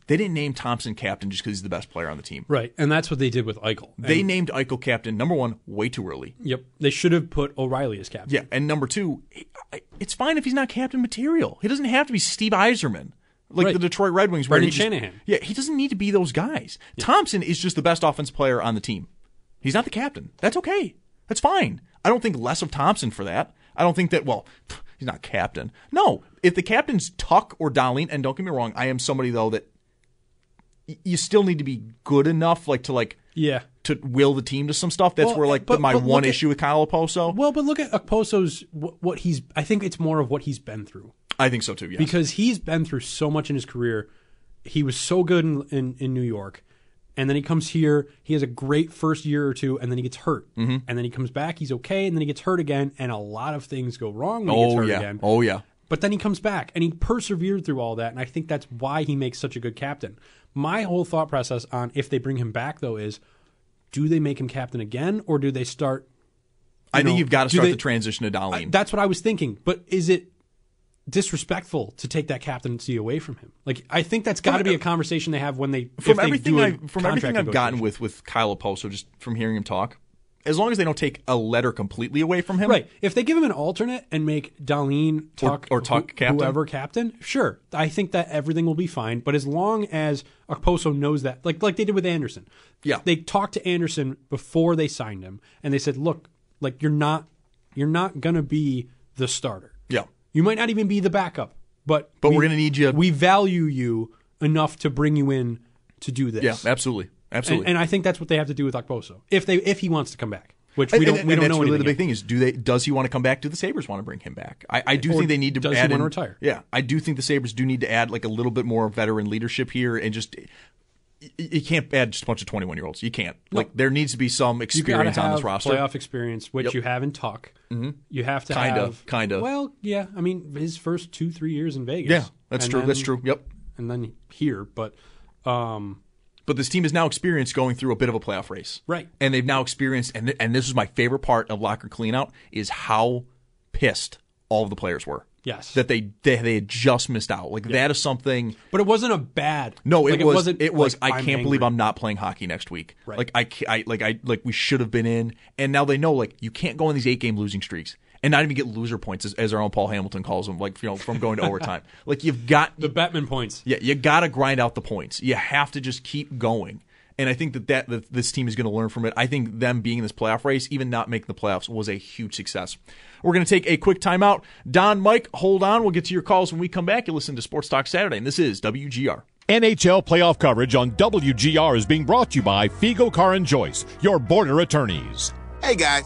Speaker 2: They didn't name Thompson captain just because he's the best player on the team.
Speaker 4: Right, and that's what they did with Eichel.
Speaker 2: They
Speaker 4: And-
Speaker 2: named Eichel captain number one way too early.
Speaker 4: Yep, they should have put O'Reilly as captain.
Speaker 2: Yeah, and number two, he- I- it's fine if he's not captain material. He doesn't have to be Steve Eiserman, like
Speaker 4: Right.
Speaker 2: the Detroit Red Wings. where
Speaker 4: Brendan
Speaker 2: he just-
Speaker 4: Shanahan.
Speaker 2: yeah, he doesn't need to be those guys. Thompson is just the best offense player on the team. He's not the captain. That's okay. That's fine. I don't think less of Thompson for that. I don't think that. Well, he's not captain. No, if the captain's Tuck or Darlene, and don't get me wrong, I am somebody though that y- you still need to be good enough, like to like
Speaker 4: Yeah.
Speaker 2: to will the team to some stuff. That's
Speaker 4: Well,
Speaker 2: where like
Speaker 4: but-
Speaker 2: my
Speaker 4: but
Speaker 2: one
Speaker 4: look at-
Speaker 2: issue with Kyle Oposo.
Speaker 4: Well, but look at Okposo's what, what he's. I think it's more of what he's been through
Speaker 2: I think so too. Yes.
Speaker 4: because he's been through so much in his career. He was so good in, in, in New York, and then he comes here. He has a great first year or two, and then he gets hurt, mm-hmm. and then he comes back. He's okay, and then he gets hurt again, and a lot of things go wrong when he gets
Speaker 2: oh
Speaker 4: hurt
Speaker 2: yeah.
Speaker 4: again.
Speaker 2: Oh yeah.
Speaker 4: But then he comes back and he persevered through all that. And I think that's why he makes such a good captain. My whole thought process on if they bring him back, though, is do they make him captain again or do they start?
Speaker 2: I
Speaker 4: you
Speaker 2: think
Speaker 4: know,
Speaker 2: you've got to
Speaker 4: do
Speaker 2: start
Speaker 4: they-
Speaker 2: the transition to
Speaker 4: I-
Speaker 2: Darlene.
Speaker 4: that's what I was thinking. But is it disrespectful to take that captaincy away from him? Like, I think that's got to be a conversation they have when they. if
Speaker 2: e- from
Speaker 4: they
Speaker 2: everything
Speaker 4: do a
Speaker 2: I from everything
Speaker 4: contract
Speaker 2: I've
Speaker 4: negotiation.
Speaker 2: gotten with with Kyle Oposo, just from hearing him talk, as long as they don't take a letter completely away from him,
Speaker 4: Right. If they give him an alternate and make Darlene Tuck
Speaker 2: or Tuck
Speaker 4: who-
Speaker 2: captain?
Speaker 4: whoever captain, sure. I think that everything will be fine. But as long as Okposo knows that, like like they did with Anderson.
Speaker 2: Yeah.
Speaker 4: They talked to Anderson before they signed him and they said, Look, like you're not you're not gonna be the starter.
Speaker 2: Yeah.
Speaker 4: You might not even be the backup, but
Speaker 2: But we're gonna need you-
Speaker 4: We value you enough to bring you in to do this.
Speaker 2: Yeah, absolutely, absolutely.
Speaker 4: And, and I think that's what they have to do with Okposo if they if he wants to come back, which
Speaker 2: And-
Speaker 4: we don't
Speaker 2: and-
Speaker 4: we
Speaker 2: and
Speaker 4: don't
Speaker 2: that's
Speaker 4: know
Speaker 2: really the
Speaker 4: anything
Speaker 2: big thing is do they does he want to come back? Do the Sabres want to bring him back? I, I do
Speaker 4: Or
Speaker 2: think they need to
Speaker 4: does he
Speaker 2: add
Speaker 4: wanna
Speaker 2: in-
Speaker 4: retire?
Speaker 2: Yeah, I do think the Sabres do need to add like a little bit more veteran leadership here and just you- you can't add just a bunch of twenty one year olds. You can't. Like there needs to be some
Speaker 4: you gotta
Speaker 2: experience on this
Speaker 4: have
Speaker 2: roster.
Speaker 4: Playoff experience, which
Speaker 2: Yep. Mm-hmm.
Speaker 4: you have in Tuck. You have to
Speaker 2: Kinda,
Speaker 4: have
Speaker 2: kinda.
Speaker 4: Well, yeah. I mean, his first two, three years in Vegas.
Speaker 2: Yeah, that's
Speaker 4: And
Speaker 2: true. that's
Speaker 4: then-
Speaker 2: true. Yep.
Speaker 4: And then here, but um,
Speaker 2: But this team is now experienced going through a bit of a playoff race.
Speaker 4: Right.
Speaker 2: And they've now experienced, and, and this is my favorite part of locker cleanout, is how pissed all of the players were.
Speaker 4: Yes.
Speaker 2: That they they, they had just missed out. Like, that is something.
Speaker 4: but it wasn't a bad.
Speaker 2: No,
Speaker 4: like,
Speaker 2: it, was,
Speaker 4: not
Speaker 2: it was. I can't believe I'm not playing hockey next week.
Speaker 4: Right.
Speaker 2: Like I, ca- I, like I, like we should have been in. And now they know. Like you can't go on these eight game losing streaks and not even get loser points, as, as our own Paul Hamilton calls them. Like you know, from going to overtime. Like you've got
Speaker 4: the Batman points.
Speaker 2: yeah, you got to grind out the points. You have to just keep going. And I think that, that, that this team is going to learn from it. I think them being in this playoff race, even not making the playoffs, was a huge success. We're going to take a quick timeout. Don, Mike, hold on. We'll get to your calls when we come back. You listen to Sports Talk Saturday, and this is WGR.
Speaker 6: NHL playoff coverage on WGR is being brought to you by Figo Car and Joyce, your border attorneys.
Speaker 7: Hey guys.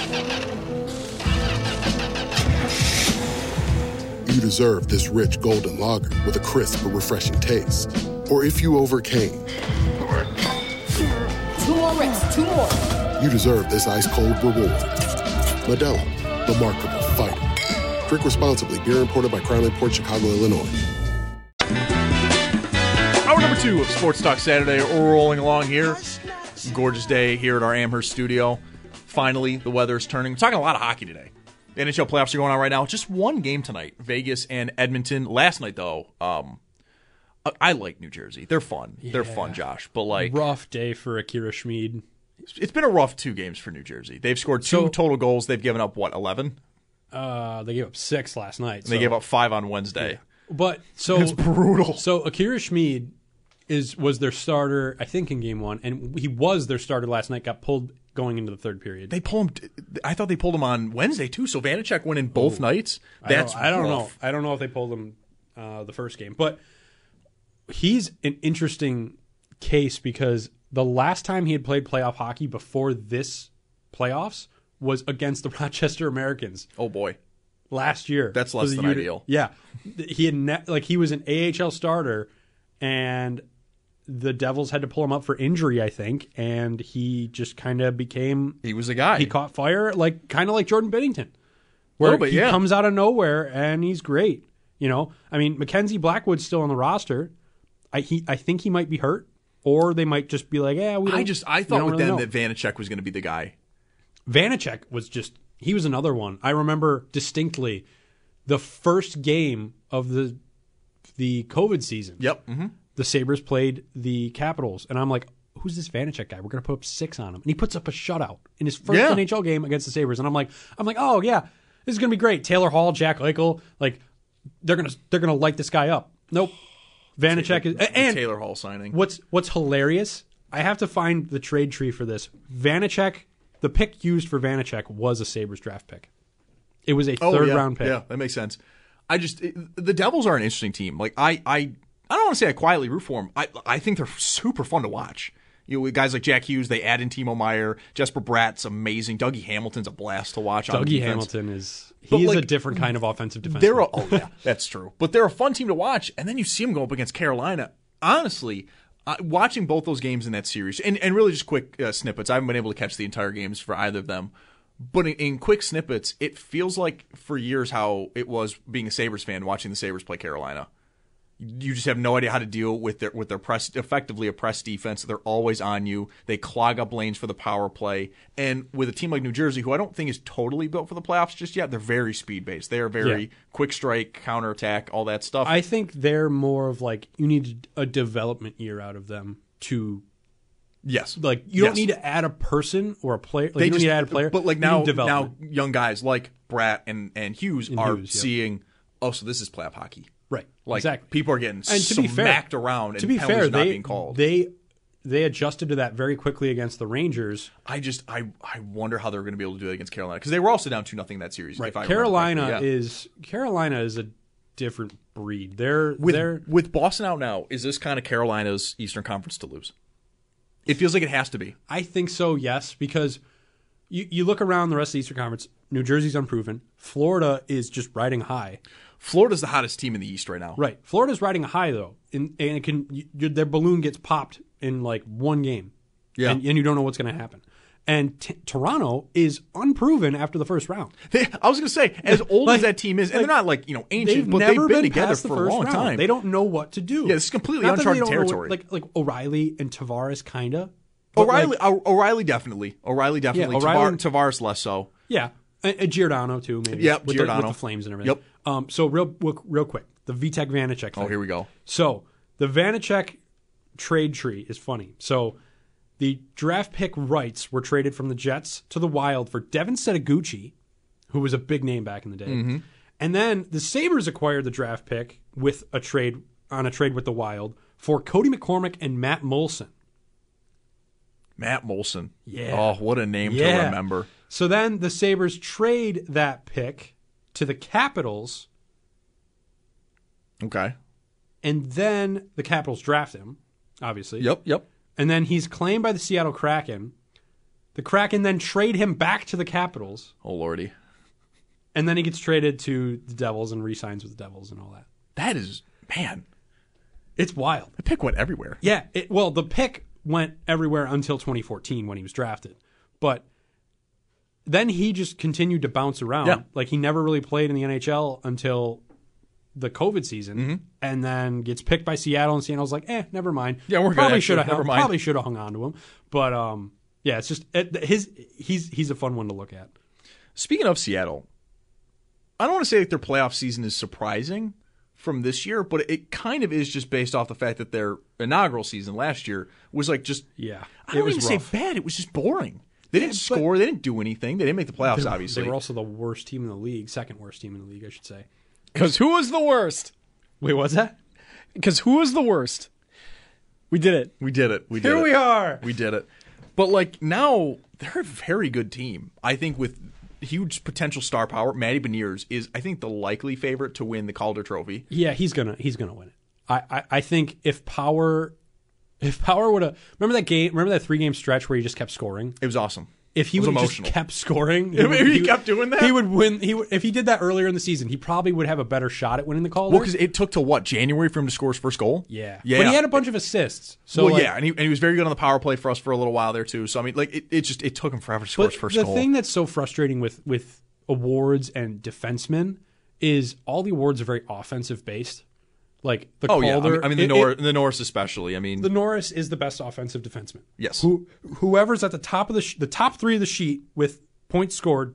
Speaker 8: you deserve this rich golden lager with a crisp but refreshing taste. Or if you overcame,
Speaker 9: Two more reps, two more.
Speaker 8: you deserve this ice cold reward. Medella, the markable fighter. Drink responsibly. Beer imported by Crown Port Chicago, Illinois.
Speaker 2: Hour number two of Sports Talk Saturday rolling along here. Gorgeous day here at our Amherst studio. Finally, the weather is turning. We're talking a lot of hockey today. The NHL playoffs are going on right now. Just one game tonight Vegas and Edmonton. Last night, though, um, I- I like New Jersey. They're fun. They're
Speaker 4: Yeah.
Speaker 2: fun, Josh. But, like,
Speaker 4: rough day for Akira Schmid.
Speaker 2: it's been a rough two games for New Jersey. They've scored two total goals. They've given up, what, 11?
Speaker 4: Uh, they gave up six last night.
Speaker 2: And they
Speaker 4: so-
Speaker 2: gave up five on Wednesday.
Speaker 4: But so
Speaker 2: It's brutal.
Speaker 4: So Akira Schmid is was their starter, I think, in game one, and he was their starter last night. Got pulled going into the third period.
Speaker 2: They pulled him. I thought they pulled him on Wednesday, too. So Vanacek went in both nights. That's
Speaker 4: I don't, I don't know.
Speaker 2: rough.
Speaker 4: I don't know if they pulled him uh, the first game, but he's an interesting case because the last time he had played playoff hockey before this playoffs was against the Rochester Americans.
Speaker 2: Oh boy,
Speaker 4: last year
Speaker 2: That's
Speaker 4: Was
Speaker 2: less
Speaker 4: a
Speaker 2: than
Speaker 4: year-
Speaker 2: ideal.
Speaker 4: Yeah, he had ne- like he was an AHL starter, and the Devils had to pull him up for injury, I think, and he just kind of became
Speaker 2: he was a guy.
Speaker 4: He caught fire, like kind of like Jordan Bennington, where
Speaker 2: Little bit,
Speaker 4: he
Speaker 2: yeah.
Speaker 4: comes out of nowhere and he's great. You know, I mean, Mackenzie Blackwood's still on the roster. I he I think he might be hurt, or they might just be like, yeah, we.
Speaker 2: I
Speaker 4: don't-
Speaker 2: just I
Speaker 4: we
Speaker 2: thought
Speaker 4: don't
Speaker 2: with
Speaker 4: really
Speaker 2: them
Speaker 4: know.
Speaker 2: that Vanacek was going to be the guy.
Speaker 4: Vanacek was just he was another one. I remember distinctly the first game of the the COVID season.
Speaker 2: Yep. Mm-hmm.
Speaker 4: The Sabres played the Capitals, and I'm like, who's this Vanacek guy? We're gonna put up six on him. And he puts up a shutout in his first
Speaker 2: Yeah.
Speaker 4: NHL game against the Sabres. And I'm like, I'm like, oh yeah, this is gonna be great. Taylor Hall, Jack Eichel, like they're gonna they're gonna light this guy up. Nope. Vanacek is
Speaker 2: The
Speaker 4: and
Speaker 2: Taylor Hall signing.
Speaker 4: What's what's hilarious? I have to find the trade tree for this. Vanacek, the pick used for Vanacek was a Sabres draft pick. It was a
Speaker 2: Oh,
Speaker 4: third
Speaker 2: yeah,
Speaker 4: round pick.
Speaker 2: Yeah, that makes sense. I just it, the Devils are an interesting team. Like I I I don't want to say I quietly root for them. I I think they're super fun to watch. You know, with guys like Jack Hughes, they add in Timo Meyer, Jesper Bratt's amazing. Dougie Hamilton's a blast to watch. on
Speaker 4: Dougie
Speaker 2: defense.
Speaker 4: Hamilton is he
Speaker 2: But,
Speaker 4: is a
Speaker 2: like,
Speaker 4: different kind of offensive defenseman.
Speaker 2: They're a, oh yeah, that's true. But they're a fun team to watch, and then you see them go up against Carolina. Honestly, uh, watching both those games in that series, and and really just quick uh, snippets. I haven't been able to catch the entire games for either of them, but in, in quick snippets, it feels like for years how it was being a Sabres fan watching the Sabres play Carolina. You just have no idea how to deal with their with their press effectively a press defense. They're always on you. They clog up lanes for the power play. And with a team like New Jersey, who I don't think is totally built for the playoffs just yet, they're very speed based. They are very
Speaker 4: Yeah.
Speaker 2: quick strike, counter attack, all that stuff.
Speaker 4: I think they're more of like you need a development year out of them to
Speaker 2: yes,
Speaker 4: like you
Speaker 2: Yes.
Speaker 4: don't need to add a person or a player. Like, you don't need to add a player,
Speaker 2: But like
Speaker 4: you
Speaker 2: now,
Speaker 4: need
Speaker 2: now
Speaker 4: development.
Speaker 2: young guys like Brat and and Hughes
Speaker 4: And
Speaker 2: are
Speaker 4: Hughes, yeah.
Speaker 2: seeing. Oh, so this is playoff hockey,
Speaker 4: Right,
Speaker 2: Like
Speaker 4: exactly.
Speaker 2: people are getting
Speaker 4: and to be fair,
Speaker 2: smacked around. And
Speaker 4: to be
Speaker 2: penalties
Speaker 4: fair,
Speaker 2: not
Speaker 4: they
Speaker 2: being called.
Speaker 4: they they adjusted to that very quickly against the Rangers.
Speaker 2: I just I I wonder how they're going to be able to do that against Carolina because they were also down two nothing that series.
Speaker 4: Right.
Speaker 2: if I remember
Speaker 4: Carolina
Speaker 2: correctly. Yeah.
Speaker 4: is Carolina is a different breed. They're
Speaker 2: with
Speaker 4: they're
Speaker 2: with Boston out now. Is this kind of Carolina's Eastern Conference to lose? It feels like it has to be.
Speaker 4: I think so, yes, because you, you look around the rest of the Eastern Conference, New Jersey's unproven. Florida is just riding high.
Speaker 2: Florida's the hottest team in the East right now.
Speaker 4: Right. Florida's riding high though. And and it can you, your- their balloon gets popped in like one game.
Speaker 2: Yeah.
Speaker 4: And, and you don't know what's going to happen. And t- Toronto is unproven after the first round.
Speaker 2: I was going to say, as old as that team is, and they're not like you know ancient,
Speaker 4: They've
Speaker 2: but they've
Speaker 4: never
Speaker 2: been, together
Speaker 4: past the
Speaker 2: for a
Speaker 4: first
Speaker 2: long
Speaker 4: round.
Speaker 2: time.
Speaker 4: They don't know what to do.
Speaker 2: Yeah, this is completely
Speaker 4: Not that they
Speaker 2: uncharted
Speaker 4: don't know what-
Speaker 2: territory.
Speaker 4: like like O'Reilly and Tavares, kinda. But, like,
Speaker 2: O'Reilly, O- O'Reilly definitely, O'Reilly definitely,
Speaker 4: O'Reilly-
Speaker 2: Tavar, Tavares less so.
Speaker 4: Yeah, and, and Giordano too, maybe.
Speaker 2: Yep,
Speaker 4: with, The,
Speaker 2: Giordano.
Speaker 4: with the Flames and everything.
Speaker 2: Yep.
Speaker 4: Um. So real, real, real quick, the Vitek Vanacek. Thing.
Speaker 2: Oh, here we go.
Speaker 4: So the Vanacek trade tree is funny. So the draft pick rights were traded from the Jets to the Wild for Devin Setaguchi, who was a big name back in the day.
Speaker 2: Mhm.
Speaker 4: And then the Sabres acquired the draft pick with a trade on a trade with the Wild for Cody McCormick and Matt Molson.
Speaker 2: Matt Molson.
Speaker 4: Yeah.
Speaker 2: Oh, what a name to
Speaker 4: Yeah.
Speaker 2: remember.
Speaker 4: So then the Sabres trade that pick to the Capitals,
Speaker 2: Okay.
Speaker 4: and then the Capitals draft him, obviously.
Speaker 2: Yep. Yep.
Speaker 4: And then he's claimed by the Seattle Kraken. The Kraken then trade him back to the Capitals,
Speaker 2: Oh lordy,
Speaker 4: and then he gets traded to the Devils and re-signs with the Devils and all that.
Speaker 2: that is man.
Speaker 4: It's wild.
Speaker 2: The pick went everywhere.
Speaker 4: Yeah. It, well, the pick went everywhere until 2014 when he was drafted. But then he just continued to bounce around.
Speaker 2: Yeah.
Speaker 4: Like he never really played in the NHL until the COVID season
Speaker 2: Mm-hmm.
Speaker 4: and then gets picked by Seattle and Seattle's like, "Eh, never mind."
Speaker 2: Yeah, we're good,
Speaker 4: probably
Speaker 2: actually.
Speaker 4: should have
Speaker 2: Never mind.
Speaker 4: probably should have hung on to him. But um yeah, it's just it, his he's he's a fun one to look at.
Speaker 2: Speaking of Seattle, I don't want to say that their playoff season is surprising from this year, but it kind of is just based off the fact that their inaugural season last year was like just
Speaker 4: Yeah.
Speaker 2: I don't
Speaker 4: it was
Speaker 2: even
Speaker 4: rough.
Speaker 2: say bad. It was just boring. They didn't score. They didn't do anything. They didn't make the playoffs.
Speaker 4: They were-
Speaker 2: obviously,
Speaker 4: They were also the worst team in the league, second worst team in the league, I should say.
Speaker 3: Because who was the worst?
Speaker 4: Wait, what's that?
Speaker 3: Because who was the worst? We did it.
Speaker 2: We did it. We did
Speaker 3: Here
Speaker 2: it.
Speaker 3: we are.
Speaker 2: We did it. But like now, they're a very good team. I think with huge potential star power, Matty Beniers is I think the likely favorite to win the Calder Trophy.
Speaker 4: Yeah, he's gonna he's gonna win it. I, I, I think if power if power would have remember that game remember that three game stretch where he just kept scoring.
Speaker 2: It was awesome.
Speaker 4: If he
Speaker 2: It was
Speaker 4: would have just
Speaker 2: emotional.
Speaker 4: kept scoring,
Speaker 2: If
Speaker 4: would-
Speaker 2: he
Speaker 4: would-
Speaker 2: kept doing that?
Speaker 4: he would win. He would, if he did that earlier in the season, he probably would have a better shot at winning the Calder.
Speaker 2: Well, because it took to what January for him to score his first goal.
Speaker 4: yeah,
Speaker 2: yeah.
Speaker 4: But he had a bunch of assists. So
Speaker 2: well,
Speaker 4: like,
Speaker 2: yeah, and he, and he was very good on the power play for us for a little while there too. So I mean, like it, it just it took him forever to score
Speaker 4: But
Speaker 2: his first
Speaker 4: the
Speaker 2: goal.
Speaker 4: thing that's so frustrating with with awards and defensemen is all the awards are very offensive based. Like the
Speaker 2: oh yeah, I
Speaker 4: Calder,
Speaker 2: mean, I mean the,
Speaker 4: it-
Speaker 2: Nor-
Speaker 4: it-
Speaker 2: the Norris especially. I mean,
Speaker 4: the Norris is the best offensive defenseman.
Speaker 2: Yes.
Speaker 4: Who whoever's at the top of the sh- the top three of the sheet with points scored,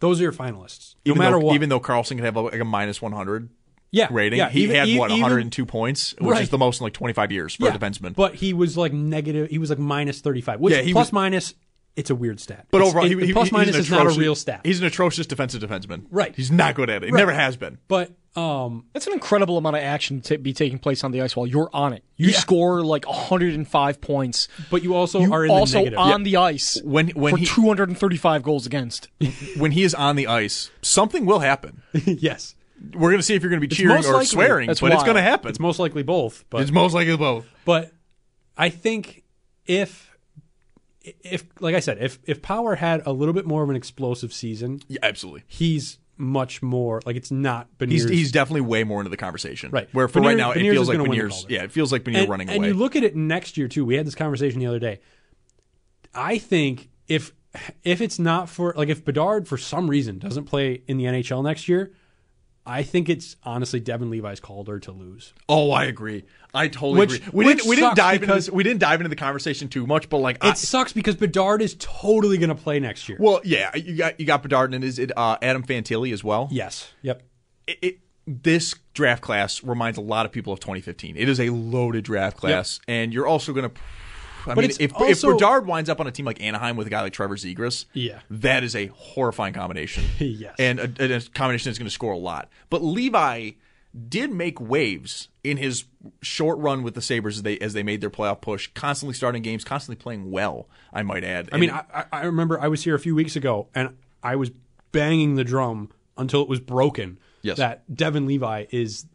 Speaker 4: those are your finalists. No
Speaker 2: even
Speaker 4: matter
Speaker 2: though,
Speaker 4: what.
Speaker 2: even though Carlson could have like a minus one hundred.
Speaker 4: yeah.
Speaker 2: rating.
Speaker 4: yeah,
Speaker 2: he
Speaker 4: even-
Speaker 2: had
Speaker 4: e-
Speaker 2: what
Speaker 4: even-
Speaker 2: 102 points, which is
Speaker 4: Right.
Speaker 2: the most in like 25 years for
Speaker 4: yeah,
Speaker 2: a defenseman.
Speaker 4: But he was like negative. He was like minus thirty five. Which
Speaker 2: Yeah, he
Speaker 4: plus
Speaker 2: was-
Speaker 4: minus, it's a weird stat.
Speaker 2: But
Speaker 4: It's-
Speaker 2: overall,
Speaker 4: it-
Speaker 2: he,
Speaker 4: the
Speaker 2: he-
Speaker 4: plus
Speaker 2: he's
Speaker 4: minus
Speaker 2: an
Speaker 4: is not a
Speaker 2: atrocious-
Speaker 4: real stat.
Speaker 2: He's an atrocious defensive defenseman.
Speaker 4: Right.
Speaker 2: He's not good at it. He
Speaker 4: Right.
Speaker 2: never has been.
Speaker 4: But um,
Speaker 3: That's an incredible amount of action to be taking place on the ice while you're on it. You score like 105 points,
Speaker 4: but you also
Speaker 3: you
Speaker 4: are in the
Speaker 3: also
Speaker 4: negative.
Speaker 3: on the ice
Speaker 2: When when
Speaker 3: for
Speaker 2: he
Speaker 3: 235 goals against.
Speaker 2: when he is on the ice, something will happen.
Speaker 4: yes.
Speaker 2: We're gonna see if you're gonna be
Speaker 4: It's
Speaker 2: cheering
Speaker 4: most
Speaker 2: or
Speaker 4: likely-
Speaker 2: swearing,
Speaker 3: that's
Speaker 2: but it's
Speaker 3: wild.
Speaker 2: gonna happen.
Speaker 4: It's most likely both. But
Speaker 2: It's most likely both.
Speaker 4: But I think if if like I said, if if Power had a little bit more of an explosive season,
Speaker 2: Yeah, absolutely.
Speaker 4: he's much more like it's not Beniers.
Speaker 2: He's he's definitely way more into the conversation.
Speaker 4: Right.
Speaker 2: Where for right
Speaker 4: Beniers-
Speaker 2: now
Speaker 4: Beniers
Speaker 2: it feels
Speaker 4: is
Speaker 2: like
Speaker 4: gonna win the
Speaker 2: Beniers.
Speaker 4: Calder.
Speaker 2: Yeah, it feels like Beniers
Speaker 4: and,
Speaker 2: running
Speaker 4: and
Speaker 2: away.
Speaker 4: you look at it next year too. We had this conversation the other day. I think if if it's not for like if Bedard for some reason doesn't play in the NHL next year, I think it's honestly Devin Levi's Calder to lose.
Speaker 2: Oh, I agree. I totally
Speaker 4: Which-
Speaker 2: agree. We
Speaker 4: which
Speaker 2: didn't we didn't
Speaker 4: sucks
Speaker 2: dive into
Speaker 4: because-
Speaker 2: this, we didn't dive into the conversation too much, but like
Speaker 4: It sucks because Bedard is totally going to play next year.
Speaker 2: Well, yeah, you got you got Bedard and is it uh, Adam Fantilli as well?
Speaker 4: Yes. Yep.
Speaker 2: It, it, this draft class reminds a lot of people of 2015. It is a loaded draft class, and you're also going to. I
Speaker 4: But
Speaker 2: mean,
Speaker 4: it's
Speaker 2: if,
Speaker 4: also-
Speaker 2: if Bedard winds up on a team like Anaheim with a guy like Trevor Zegras,
Speaker 4: Yeah.
Speaker 2: that is a horrifying combination.
Speaker 4: Yes.
Speaker 2: and a, and a combination that's going to score a lot. But Levi did make waves in his short run with the Sabers as they as they made their playoff push, constantly starting games, constantly playing well. I might add.
Speaker 4: I mean,
Speaker 2: And-
Speaker 4: I, I- I remember I was here a few weeks ago, and I was banging the drum until it was broken.
Speaker 2: Yes.
Speaker 4: That Devin Levi is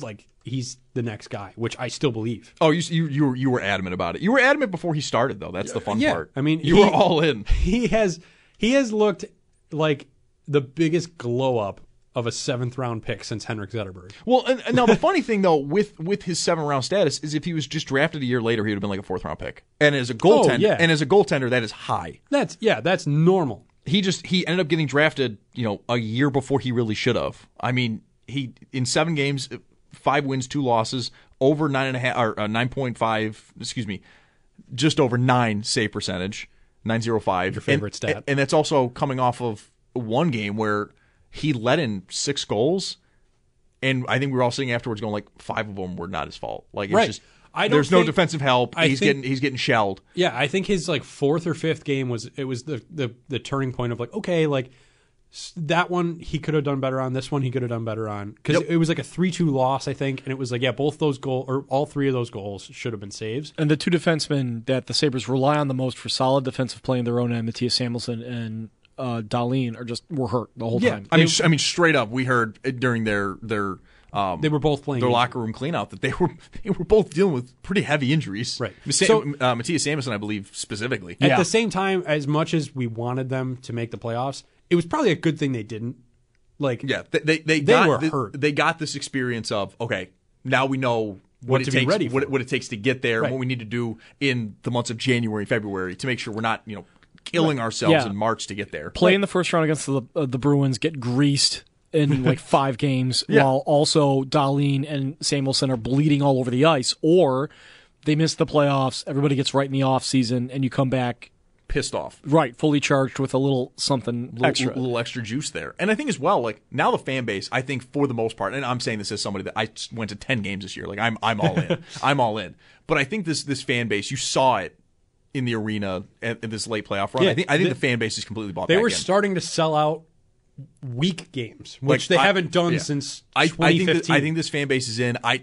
Speaker 4: like he's the next guy, which I still believe.
Speaker 2: Oh, you you you were, you were adamant about it. You were adamant before he started, though. That's the
Speaker 4: Oh,
Speaker 2: fun part.
Speaker 4: I mean,
Speaker 2: you
Speaker 4: he-
Speaker 2: were all in.
Speaker 4: He has he has looked like the biggest glow up of a seventh round pick since Henrik Zetterberg.
Speaker 2: Well, and, and now the funny thing though with with his seven round status is if he was just drafted a year later, he would have been like a fourth round pick. And as a goaltender,
Speaker 4: yeah.
Speaker 2: and as a goaltender, that is high.
Speaker 4: That's yeah, that's normal.
Speaker 2: He just he ended up getting drafted, you know, a year before he really should have. I mean, he in seven games, five wins, two losses, over nine and a half or uh, nine point five. Excuse me, just over nine save percentage, nine zero five.
Speaker 4: Your favorite
Speaker 2: and,
Speaker 4: stat.
Speaker 2: and- and that's also coming off of one game where he let in six goals. And I think we were all sitting afterwards going like five of them were not his fault. Like it's
Speaker 4: Right.
Speaker 2: just
Speaker 4: I don't
Speaker 2: there's no
Speaker 4: think-
Speaker 2: defensive help.
Speaker 4: I
Speaker 2: he's
Speaker 4: think-
Speaker 2: getting he's getting shelled.
Speaker 4: Yeah, I think his like fourth or fifth game was it was the the the turning point of like okay, like s- that one he could have done better on. This one he could have done better on because
Speaker 3: Yep.
Speaker 4: it was like a three two loss, I think, and it was like yeah, both those goal or all three of those goals should have been saves.
Speaker 3: And the two defensemen that the Sabres rely on the most for solid defensive play in their own end, Matthias Samuelson and uh, Darlene, are just were hurt the whole time.
Speaker 2: I mean,
Speaker 3: They-
Speaker 2: s- I mean, straight up, we heard uh, during their their um,
Speaker 4: They were both playing
Speaker 2: their
Speaker 4: injured.
Speaker 2: locker room cleanout that they were they were both dealing with pretty heavy injuries. Right.
Speaker 4: So-
Speaker 2: uh, Matthias Samuelson, I believe, specifically.
Speaker 4: At the same time, as much as we wanted them to make the playoffs, it was probably a good thing they didn't. Like
Speaker 2: yeah, they they,
Speaker 4: they
Speaker 2: they, got
Speaker 4: were
Speaker 2: thi-
Speaker 4: hurt.
Speaker 2: They got this experience of okay, now we know. What,
Speaker 4: What
Speaker 2: it
Speaker 4: to be
Speaker 2: takes,
Speaker 4: ready for.
Speaker 2: what, it- what it takes to get there,
Speaker 4: Right.
Speaker 2: and what we need to do in the months of January, and February to make sure we're not, you know, killing
Speaker 3: Right.
Speaker 2: ourselves
Speaker 3: Yeah.
Speaker 2: in March to get there.
Speaker 3: play in the first round against the uh, the Bruins, get greased in like five games,
Speaker 2: Yeah.
Speaker 3: while also Darlene and Samuelson are bleeding all over the ice, or they miss the playoffs. Everybody gets right in the off season, and you come back
Speaker 2: pissed off,
Speaker 3: right, fully charged with a little something
Speaker 2: little,
Speaker 3: extra.
Speaker 2: little extra juice there. And I think as well, like now the fan base, I think for the most part, and I'm saying this as somebody that I s- went to ten games this year. Like I'm, I'm all in. I'm all in. But I think this this fan base, you saw it in the arena at, at this late playoff run.
Speaker 4: Yeah,
Speaker 2: I think I think
Speaker 4: they-
Speaker 2: the fan base is completely bought.
Speaker 4: they
Speaker 2: back
Speaker 4: were
Speaker 2: in.
Speaker 4: starting to sell out weak games, which
Speaker 2: Like,
Speaker 4: they
Speaker 2: I-
Speaker 4: haven't done
Speaker 2: yeah.
Speaker 4: since
Speaker 2: I, I think
Speaker 4: 2015.
Speaker 2: this, I think this fan base is in. I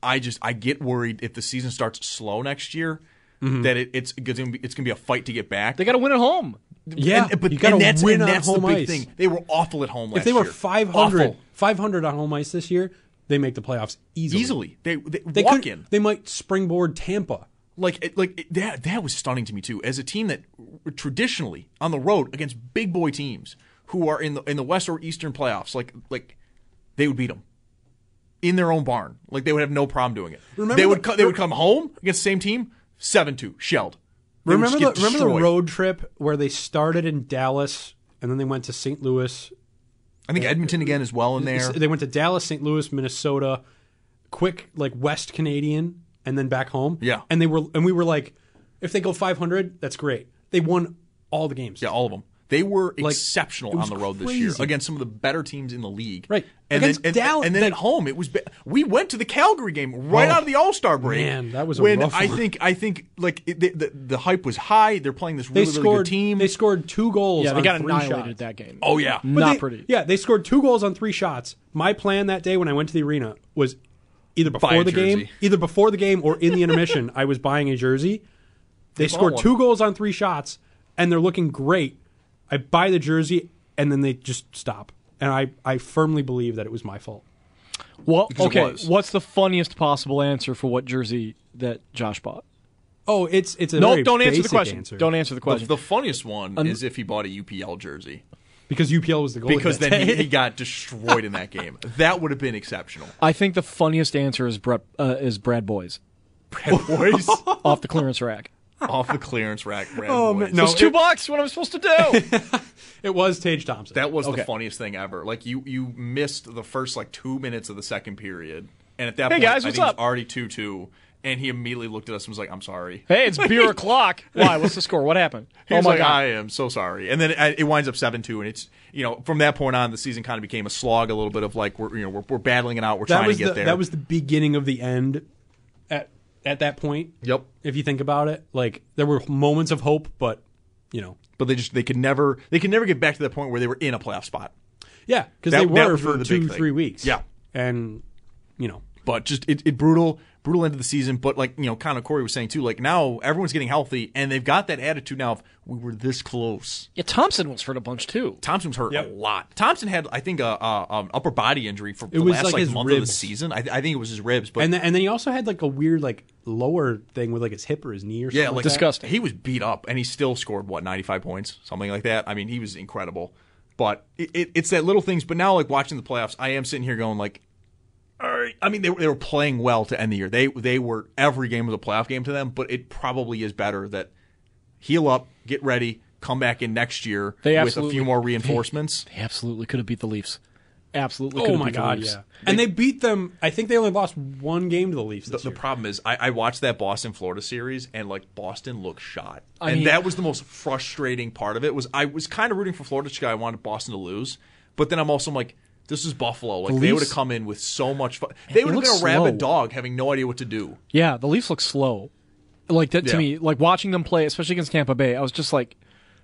Speaker 2: I just I get worried if the season starts slow next year.
Speaker 3: Mm-hmm.
Speaker 4: Mhm.
Speaker 2: That it, it's it's gonna, be, it's gonna be a fight to get back. They
Speaker 3: got to win at home.
Speaker 4: Yeah,
Speaker 2: and, but
Speaker 4: you gotta
Speaker 2: and that's,
Speaker 4: win
Speaker 2: and
Speaker 4: on
Speaker 2: that's the
Speaker 4: home
Speaker 2: big
Speaker 4: ice.
Speaker 2: thing. They were awful at home last
Speaker 4: if they were
Speaker 2: year.
Speaker 4: 500,
Speaker 2: Awful.
Speaker 4: 500 on home ice this year, they make the playoffs easily.
Speaker 2: Easily. They, they,
Speaker 4: They
Speaker 2: walk
Speaker 4: could-
Speaker 2: in.
Speaker 4: They might springboard Tampa.
Speaker 2: Like it- like it- that that was stunning to me too. As a team that r- traditionally on the road against big boy teams who are in the in the West or Eastern playoffs, like like they would beat them in their own barn. Like they would have no problem doing it.
Speaker 4: Remember
Speaker 2: they
Speaker 4: the-
Speaker 2: would co- they would come home against the same team seven two shelled. They would just
Speaker 4: Remember the,
Speaker 2: get
Speaker 4: remember the
Speaker 2: destroyed.
Speaker 4: road trip where they started in Dallas and then they went to St. Louis.
Speaker 2: I think Edmonton again is well in there.
Speaker 4: They went to Dallas, St. Louis, Minnesota, quick like West Canadian, and then back home.
Speaker 2: Yeah.
Speaker 4: and they were and we were like, if they go 500, that's great. They won all the games.
Speaker 2: Yeah, all of them. They were
Speaker 4: Like,
Speaker 2: exceptional
Speaker 4: it
Speaker 2: on
Speaker 4: was
Speaker 2: the road this
Speaker 4: crazy.
Speaker 2: year against some of the better teams in the league.
Speaker 4: Right.
Speaker 2: And
Speaker 4: Against
Speaker 2: then, and,
Speaker 4: Dallas-
Speaker 2: and then at home it was. Ba- we went to the Calgary game right
Speaker 4: Oh,
Speaker 2: out of the All Star break.
Speaker 4: man, that was a
Speaker 2: when
Speaker 4: rough
Speaker 2: I
Speaker 4: one.
Speaker 2: think I think like it, the, the the hype was high. They're playing this
Speaker 4: They
Speaker 2: really really
Speaker 4: scored.
Speaker 2: good team.
Speaker 4: They scored two goals.
Speaker 3: yeah, they
Speaker 4: on
Speaker 3: got
Speaker 4: three
Speaker 3: annihilated
Speaker 4: shots.
Speaker 3: that game.
Speaker 2: Oh yeah,
Speaker 4: But
Speaker 3: not
Speaker 4: they-
Speaker 3: pretty.
Speaker 4: Yeah, they scored two goals on three shots. My plan that day when I went to the arena was either before
Speaker 2: Buy a
Speaker 4: the game,
Speaker 2: jersey.
Speaker 4: either before the game or in the intermission, I was buying a jersey. They
Speaker 2: They bought
Speaker 4: scored
Speaker 2: one.
Speaker 4: two goals on three shots, and they're looking great. I buy the jersey, and then they just stop. And I, I firmly believe that it was my fault.
Speaker 3: Well,
Speaker 4: Because it
Speaker 3: okay.
Speaker 4: was.
Speaker 3: What's the funniest possible answer for what jersey that Josh bought?
Speaker 4: Oh, it's it's a
Speaker 3: Nope,
Speaker 4: very
Speaker 3: don't answer the
Speaker 4: basic
Speaker 3: question.
Speaker 4: answer.
Speaker 3: Don't answer the question.
Speaker 2: The, the funniest one
Speaker 3: Um,
Speaker 2: is if he bought a UPL jersey
Speaker 4: because UPL was the goal.
Speaker 2: because
Speaker 4: that
Speaker 2: then he,
Speaker 4: day.
Speaker 2: he got destroyed in that game. That would have been exceptional.
Speaker 3: I think the funniest answer is Brett, uh, is Brad Boys
Speaker 2: Boys
Speaker 3: off the clearance rack.
Speaker 2: off the clearance rack. Brad
Speaker 3: Oh,
Speaker 2: Boys.
Speaker 3: man, no, It's two it- bucks. What am I supposed to do?
Speaker 4: it was Tage Thompson.
Speaker 2: That was
Speaker 4: Okay.
Speaker 2: the funniest thing ever. Like you, you missed the first like two minutes of the second period, and at that
Speaker 3: Hey,
Speaker 2: point,
Speaker 3: guys,
Speaker 2: I
Speaker 3: what's
Speaker 2: think it
Speaker 3: up?
Speaker 2: was already two two, and he immediately looked at us and was like, "I'm sorry."
Speaker 3: Hey, it's beer o'clock. Why? What's the score? What happened?
Speaker 2: He
Speaker 4: Oh
Speaker 2: was like, "I am so sorry," and then it, it winds up seven two, and it's you know from that point on the season kind of became a slog a little bit of like we're you know we're, we're battling it out, we're
Speaker 4: that
Speaker 2: trying
Speaker 4: was
Speaker 2: to get
Speaker 4: the,
Speaker 2: there.
Speaker 4: That was the beginning of the end. At at that point.
Speaker 2: Yep.
Speaker 4: If you think about it, like there were moments of hope, but you know,
Speaker 2: but they just they could never they could never get back to the point where they were in a playoff spot.
Speaker 4: yeah, because
Speaker 2: That-
Speaker 4: they
Speaker 2: that
Speaker 4: were
Speaker 2: was
Speaker 4: for
Speaker 2: really the
Speaker 4: two
Speaker 2: big thing.
Speaker 4: three weeks.
Speaker 2: Yeah.
Speaker 4: and you know,
Speaker 2: but just it, it brutal brutal end of the season but like you know kind of corey was saying too like now everyone's getting healthy and they've got that attitude now of we were this close
Speaker 3: yeah thompson was hurt a bunch too
Speaker 2: thompson was hurt
Speaker 4: Yep.
Speaker 2: a lot thompson had i think a, a um, upper body injury for
Speaker 4: It
Speaker 2: the
Speaker 4: was
Speaker 2: last
Speaker 4: like
Speaker 2: like,
Speaker 4: his
Speaker 2: month of the
Speaker 4: ribs.
Speaker 2: season I, I think it was his ribs but
Speaker 4: and then, and then he also had like a weird like lower thing with like his hip or his knee or something.
Speaker 2: yeah like
Speaker 4: that.
Speaker 2: he was beat up and he still scored what 95 points something like that i mean he was incredible But it, it, it's that little things. But now, like watching the playoffs, I am sitting here going like, all right. I mean, they, they were playing well to end the year. They they were every game was a playoff game to them. But it probably is better that heal up, get ready, come back in next year
Speaker 3: They
Speaker 2: with a
Speaker 3: absolutely,
Speaker 2: few more reinforcements.
Speaker 3: They, they absolutely could have beat the Leafs. Absolutely.
Speaker 4: Oh
Speaker 3: could've
Speaker 4: my
Speaker 3: beat the
Speaker 4: god,
Speaker 3: Leafs.
Speaker 4: yeah. And they beat them. I think they only lost one game to the Leafs.
Speaker 2: The,
Speaker 4: This
Speaker 2: the
Speaker 4: year.
Speaker 2: problem is, I, I watched that Boston Florida series, and like Boston looked shot,
Speaker 4: I
Speaker 2: and
Speaker 4: mean-
Speaker 2: that was the most frustrating part of it. Was I was kind of rooting for Florida because I wanted Boston to lose, but then I'm also like, this is Buffalo. Like
Speaker 3: The
Speaker 2: they
Speaker 3: Leafs-
Speaker 2: would have come in with so much fun. They
Speaker 3: It
Speaker 2: would have been a
Speaker 3: looks
Speaker 2: rabid
Speaker 3: slow.
Speaker 2: dog, having no idea what to do.
Speaker 3: Yeah, the Leafs look slow. Like that to
Speaker 2: Yeah.
Speaker 3: me, like watching them play, especially against Tampa Bay, I was just like,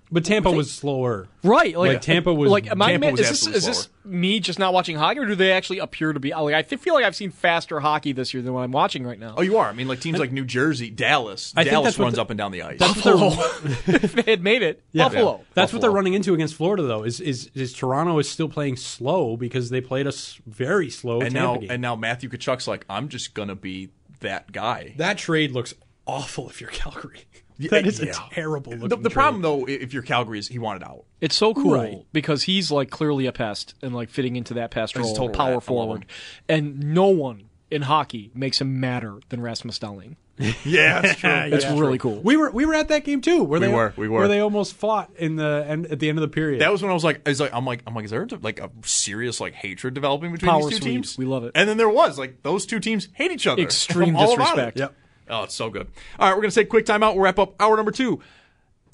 Speaker 4: but Tampa was slower,
Speaker 3: right? Like,
Speaker 4: Like, Tampa was-
Speaker 3: Like, am I
Speaker 4: Tampa
Speaker 3: ma-
Speaker 4: was
Speaker 3: is this
Speaker 4: absolutely
Speaker 3: is this me just not watching hockey, or do they actually appear to be? Like, I th- feel like I've seen faster hockey this year than what I'm watching right now.
Speaker 2: Oh, you are. I mean, like teams like New Jersey, Dallas.
Speaker 3: I think
Speaker 2: Dallas
Speaker 3: that's what
Speaker 2: runs
Speaker 3: the-
Speaker 2: up and down the ice.
Speaker 4: that's what they're-
Speaker 3: if they had made it, Buffalo.
Speaker 4: That's what they're running into against Florida, though. Is is is Toronto is still playing slow because they played us very slow.
Speaker 2: and
Speaker 4: Tampa
Speaker 2: now
Speaker 4: game.
Speaker 2: and now Matthew Kachuk's like, I'm just gonna be that guy.
Speaker 4: that trade looks awful if you're Calgary.
Speaker 2: Yeah,
Speaker 4: that is
Speaker 2: yeah.
Speaker 4: a terrible looking.
Speaker 2: The, the problem though, i- if you're Calgary, is he wanted out.
Speaker 3: It's so cool
Speaker 2: Right.
Speaker 3: because he's like clearly a pest and like fitting into that pest
Speaker 2: He's
Speaker 4: Oh,
Speaker 2: a
Speaker 3: role,
Speaker 2: total rat. I
Speaker 3: power
Speaker 2: love
Speaker 3: forward, and no one in hockey makes him madder than Rasmus Dahlin.
Speaker 2: Yeah,
Speaker 4: that's true.
Speaker 3: That's
Speaker 4: Yeah.
Speaker 3: really cool.
Speaker 4: We were we were at that game too. Where
Speaker 2: We
Speaker 4: they
Speaker 2: were, we were.
Speaker 4: Where they almost fought in the end at the end of the period.
Speaker 2: That was when I was like, I was like, I'm like, I'm like, is there like a serious like hatred developing between
Speaker 4: Power
Speaker 2: these two
Speaker 4: sweep.
Speaker 2: teams?
Speaker 4: We love it.
Speaker 2: And then there was like those two teams hate each other.
Speaker 3: Extreme
Speaker 2: I'm all about
Speaker 3: disrespect.
Speaker 2: it.
Speaker 3: Yep.
Speaker 2: Oh, it's so good. All right, we're gonna take a quick timeout. We'll wrap up hour number two.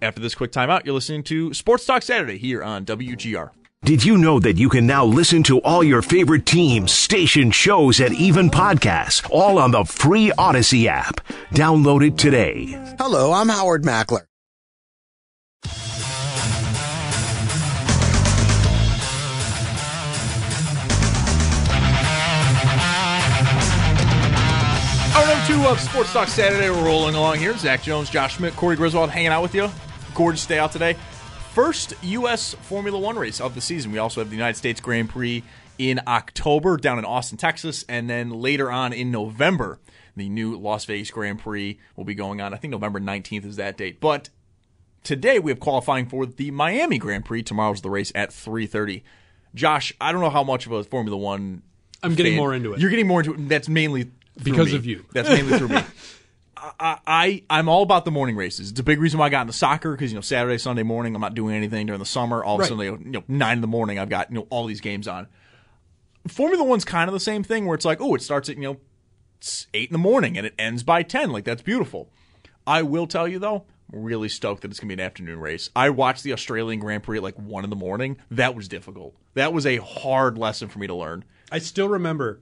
Speaker 2: After this quick timeout, you're listening to Sports Talk Saturday here on WGR.
Speaker 1: Did you know that you can now listen to all your favorite teams, stations, shows, and even podcasts all on the free Odyssey app? Download it today. Hello, I'm Howard Mackler.
Speaker 2: Hour number two of Sports Talk Saturday. We're rolling along here. Zach Jones, Josh Schmidt, Corey Griswold hanging out with you. Gorgeous day out today. First U.S. Formula One race of the season. We also have the United States Grand Prix in October down in Austin, Texas. And then later on in November, the new Las Vegas Grand Prix will be going on. I think November 19th is that date. But today we have qualifying for the Miami Grand Prix. Tomorrow's the race at 3.30. Josh, I don't know how much of a Formula One.
Speaker 4: I'm getting
Speaker 2: fan-
Speaker 4: more into it.
Speaker 2: You're getting more into it. and That's mainly through
Speaker 4: Because
Speaker 2: me.
Speaker 4: of you.
Speaker 2: That's mainly through me. I, I I'm all about the morning races. It's a big reason why I got into soccer because you know Saturday, Sunday morning I'm not doing anything during the summer. All of
Speaker 4: Right.
Speaker 2: a sudden, you know, nine in the morning I've got you know all these games on. Formula One's kind of the same thing where it's like, oh, it starts at you know s- eight in the morning and it ends by ten. Like that's beautiful. I will tell you though, I'm really stoked that it's gonna be an afternoon race. I watched the Australian Grand Prix at like one in the morning. That was difficult. That was a hard lesson for me to learn.
Speaker 4: I still remember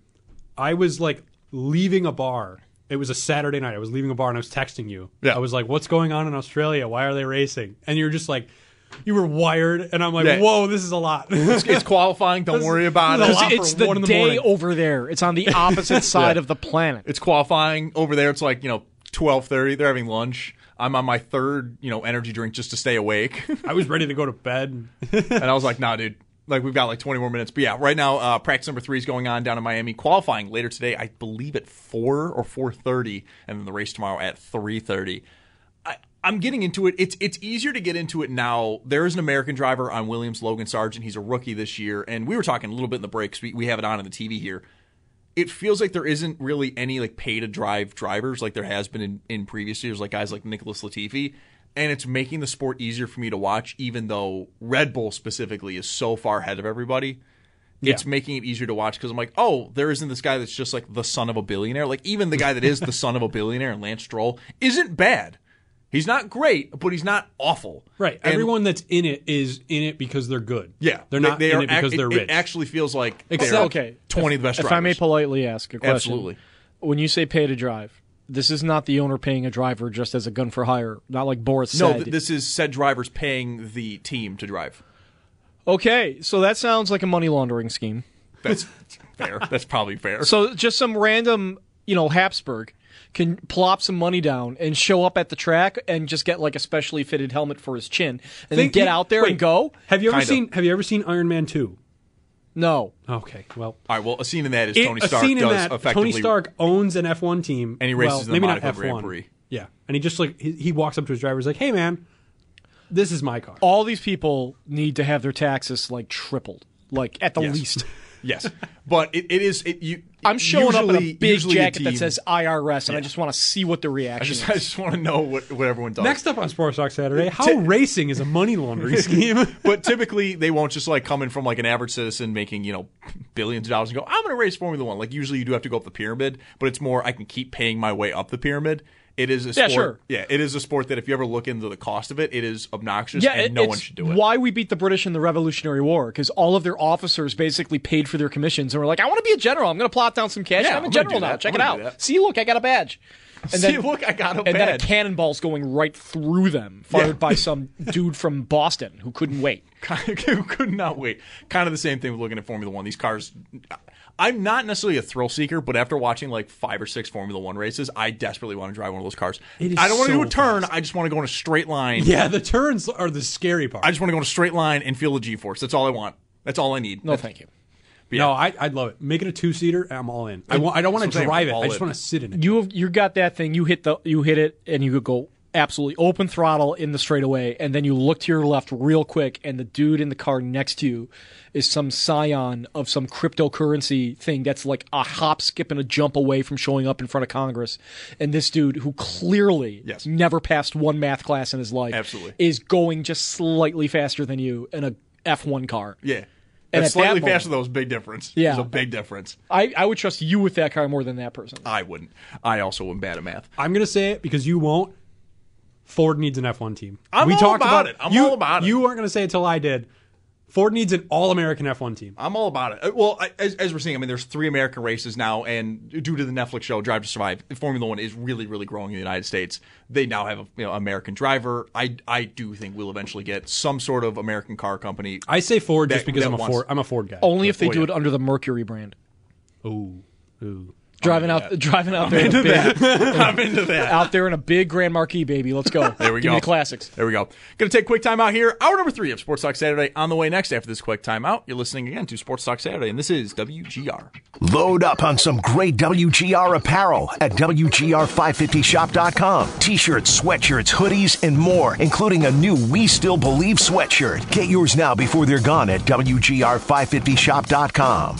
Speaker 4: I was like leaving a bar. It was a Saturday night. I was leaving a bar and I was texting you.
Speaker 2: Yeah.
Speaker 4: I was like, "What's going on in Australia? Why are they racing?" And you're just like, you were wired, and I'm like,
Speaker 2: Yeah.
Speaker 4: "Whoa, this is a lot."
Speaker 2: It's, it's qualifying. Don't
Speaker 4: This-
Speaker 2: worry about
Speaker 4: this
Speaker 2: it.
Speaker 4: is a lot
Speaker 3: It's
Speaker 4: for
Speaker 3: the
Speaker 4: one in the
Speaker 3: day
Speaker 4: morning.
Speaker 3: over there. It's on the opposite side
Speaker 2: Yeah.
Speaker 3: of the planet.
Speaker 2: It's qualifying over there. It's like you know twelve thirty. They're having lunch. I'm on my third you know energy drink just to stay awake,
Speaker 4: I was ready to go to bed.
Speaker 2: and I was like, nah, dude. Like we've got like 20 more minutes, but yeah, right now uh, practice number three is going on down in Miami. Qualifying later today, I believe at four or 4:30, and then the race tomorrow at 3:30. I, I'm getting into it. It's it's easier to get into it now. There is an American driver on Williams, Logan Sargent. He's a rookie this year, and we were talking a little bit in the breaks. We we have it on on the TV here. It feels like there isn't really any like pay to drive drivers like there has been in, in previous years, like guys like Nicholas Latifi. And it's making the sport easier for me to watch, even though Red Bull specifically is so far ahead of everybody. It's
Speaker 4: Yeah.
Speaker 2: making it easier to watch because I'm like, oh, there isn't this guy that's just like the son of a billionaire. Like even the guy that is the son of a billionaire, Lance Stroll, isn't bad. He's not great, but he's not awful.
Speaker 4: Right.
Speaker 2: And-
Speaker 4: Everyone that's in it is in it because they're good.
Speaker 2: Yeah,
Speaker 4: They're not in
Speaker 2: are
Speaker 4: it because
Speaker 2: ac-
Speaker 4: they're
Speaker 2: it-
Speaker 4: rich.
Speaker 2: It actually feels like
Speaker 3: Except-
Speaker 2: they're
Speaker 3: okay,
Speaker 2: twenty of the best
Speaker 3: If
Speaker 2: drivers.
Speaker 3: I may politely ask a question,
Speaker 2: Absolutely.
Speaker 3: When you say pay to drive, this is not the owner paying a driver just as a gun for hire, not like Boris
Speaker 2: no,
Speaker 3: said.
Speaker 2: th- this is said drivers paying the team to drive.
Speaker 3: okay, so that sounds like a money laundering scheme.
Speaker 2: That's fair. That's probably fair.
Speaker 3: So just some random, you know, Habsburg can plop some money down and show up at the track and just get like a specially fitted helmet for his chin and then
Speaker 4: Think-
Speaker 3: get out there
Speaker 4: wait,
Speaker 3: and go.
Speaker 4: Have you ever
Speaker 3: Kinda.
Speaker 4: seen Have you ever seen Iron Man two?
Speaker 3: No.
Speaker 4: Okay. Well,
Speaker 2: all right. Well, a scene in that is
Speaker 4: it-
Speaker 2: Tony
Speaker 4: a
Speaker 2: Stark
Speaker 4: scene in
Speaker 2: does
Speaker 4: that,
Speaker 2: effectively.
Speaker 4: Tony Stark owns an F one team,
Speaker 2: And he races
Speaker 4: well,
Speaker 2: in the
Speaker 4: maybe not
Speaker 2: Monaco
Speaker 4: F
Speaker 2: Grand
Speaker 4: one.
Speaker 2: Prix.
Speaker 4: Yeah, and he just like he, he walks up to his driver, he's like, "Hey man, This is my car.
Speaker 3: All these people need to have their taxes like tripled, like at the
Speaker 2: Yes.
Speaker 3: least.
Speaker 2: yes, but it, it is it you.
Speaker 3: I'm showing up in a
Speaker 2: usually-
Speaker 3: big
Speaker 2: usually a
Speaker 3: jacket that
Speaker 2: team-
Speaker 3: says IRS, and I
Speaker 2: Yeah.
Speaker 3: just want to see what the
Speaker 2: I
Speaker 3: reaction
Speaker 2: just, I
Speaker 3: is.
Speaker 2: just want to know what, what everyone does.
Speaker 4: Next up on Sports Talk Saturday, how racing is a money laundering scheme.
Speaker 2: but typically, they won't just like come in from like an average citizen making you know billions of dollars and go, "I'm going to race Formula One." Like usually, you do have to go up the pyramid, but it's more I can keep paying my way up the pyramid. It is a
Speaker 3: Yeah,
Speaker 2: sport.
Speaker 3: sure.
Speaker 2: yeah, it is a sport that if you ever look into the cost of it, it is obnoxious
Speaker 3: yeah,
Speaker 2: and
Speaker 3: it-
Speaker 2: no one
Speaker 3: it's
Speaker 2: should do it.
Speaker 3: Why we beat the British in the Revolutionary War? Because all of their officers basically paid for their commissions and were like, "I want to be a general. I'm going to plot down some cash.
Speaker 2: Yeah,
Speaker 3: I'm a
Speaker 2: I'm gonna do
Speaker 3: general now.
Speaker 2: that.
Speaker 3: Check
Speaker 2: I'm
Speaker 3: it
Speaker 2: gonna do
Speaker 3: out. See, look, I got a badge."
Speaker 2: See, look, I got a
Speaker 3: And then a
Speaker 2: badge.
Speaker 3: cannonball's going right through them, fired
Speaker 2: Yeah.
Speaker 3: by some dude from Boston who couldn't wait.
Speaker 2: who could not wait. Kind of the same thing with looking at Formula One. These cars, I'm not necessarily a thrill seeker, but after watching like five or six Formula One races, I desperately want to drive one of those cars.
Speaker 4: It is
Speaker 2: I don't want to do
Speaker 4: so
Speaker 2: a turn. I just want to go in a straight line.
Speaker 4: yeah, the turns are the scary part.
Speaker 2: I just want to go in a straight line and feel the G-force. That's all I want. That's all I need.
Speaker 4: No, thank
Speaker 3: you.
Speaker 4: No, I, I'd love it. Make it a two seater. I'm all in. I, want, I don't want
Speaker 3: That's
Speaker 4: to
Speaker 3: what I'm
Speaker 4: drive it.
Speaker 3: saying,
Speaker 4: I just
Speaker 3: all in.
Speaker 4: want to sit in it.
Speaker 3: You have, you got that thing. You hit the you hit it, and you could go absolutely open throttle in the straightaway, and then you look to your left real quick, and the dude in the car next to you is some scion of some cryptocurrency thing that's like a hop, skip, and a jump away from showing up in front of Congress. And this dude who clearly
Speaker 2: Yes.
Speaker 3: never passed one math class in his life
Speaker 2: Absolutely.
Speaker 3: is going just slightly faster than you in a F one car.
Speaker 2: Yeah,
Speaker 3: And
Speaker 2: that's
Speaker 3: at that
Speaker 2: slightly
Speaker 3: moment-
Speaker 2: faster though. Is a big difference.
Speaker 3: Yeah.
Speaker 2: it's a big difference.
Speaker 3: I, I would trust you with that car more than that person.
Speaker 2: I wouldn't. I also am bad at math.
Speaker 4: Uh, I'm going to say it because you won't. Ford needs an F1 team.
Speaker 2: I'm
Speaker 4: we
Speaker 2: all
Speaker 4: talked
Speaker 2: about
Speaker 4: about
Speaker 2: it. I'm
Speaker 4: you,
Speaker 2: all about it.
Speaker 4: You weren't going to say it till I did. Ford needs an all American F1 team.
Speaker 2: I'm all about it. Uh, Well, I, as, as we're seeing, I mean, there's three American races now, and due to the Netflix show Drive to Survive, Formula One is really, really growing in the United States. They now have a you know, American driver. I, I do think we'll eventually get some sort of American car company.
Speaker 4: I say Ford just
Speaker 2: that-
Speaker 4: because
Speaker 2: that
Speaker 4: I'm a
Speaker 2: wants-
Speaker 4: Ford. I'm a Ford guy.
Speaker 3: Only if they
Speaker 2: Oh,
Speaker 3: do
Speaker 2: yeah.
Speaker 3: it under the Mercury brand.
Speaker 4: Ooh, ooh.
Speaker 3: Driving out, driving out
Speaker 2: I'm
Speaker 3: there. in a
Speaker 2: into
Speaker 3: big-
Speaker 2: that. I'm into that.
Speaker 3: Out there in a big Grand Marquis, baby. Let's go.
Speaker 2: There we
Speaker 3: Give
Speaker 2: go.
Speaker 3: Me the classics.
Speaker 2: There we go. Going to take a quick time out here. Hour number three of Sports Talk Saturday on the way next after this quick time out. You're listening again to Sports Talk Saturday, and this is WGR.
Speaker 1: Load up on some great WGR apparel at WGR550shop.com. T shirts, sweatshirts, hoodies, and more, including a new We Still Believe sweatshirt. Get yours now before they're gone at WGR550shop.com.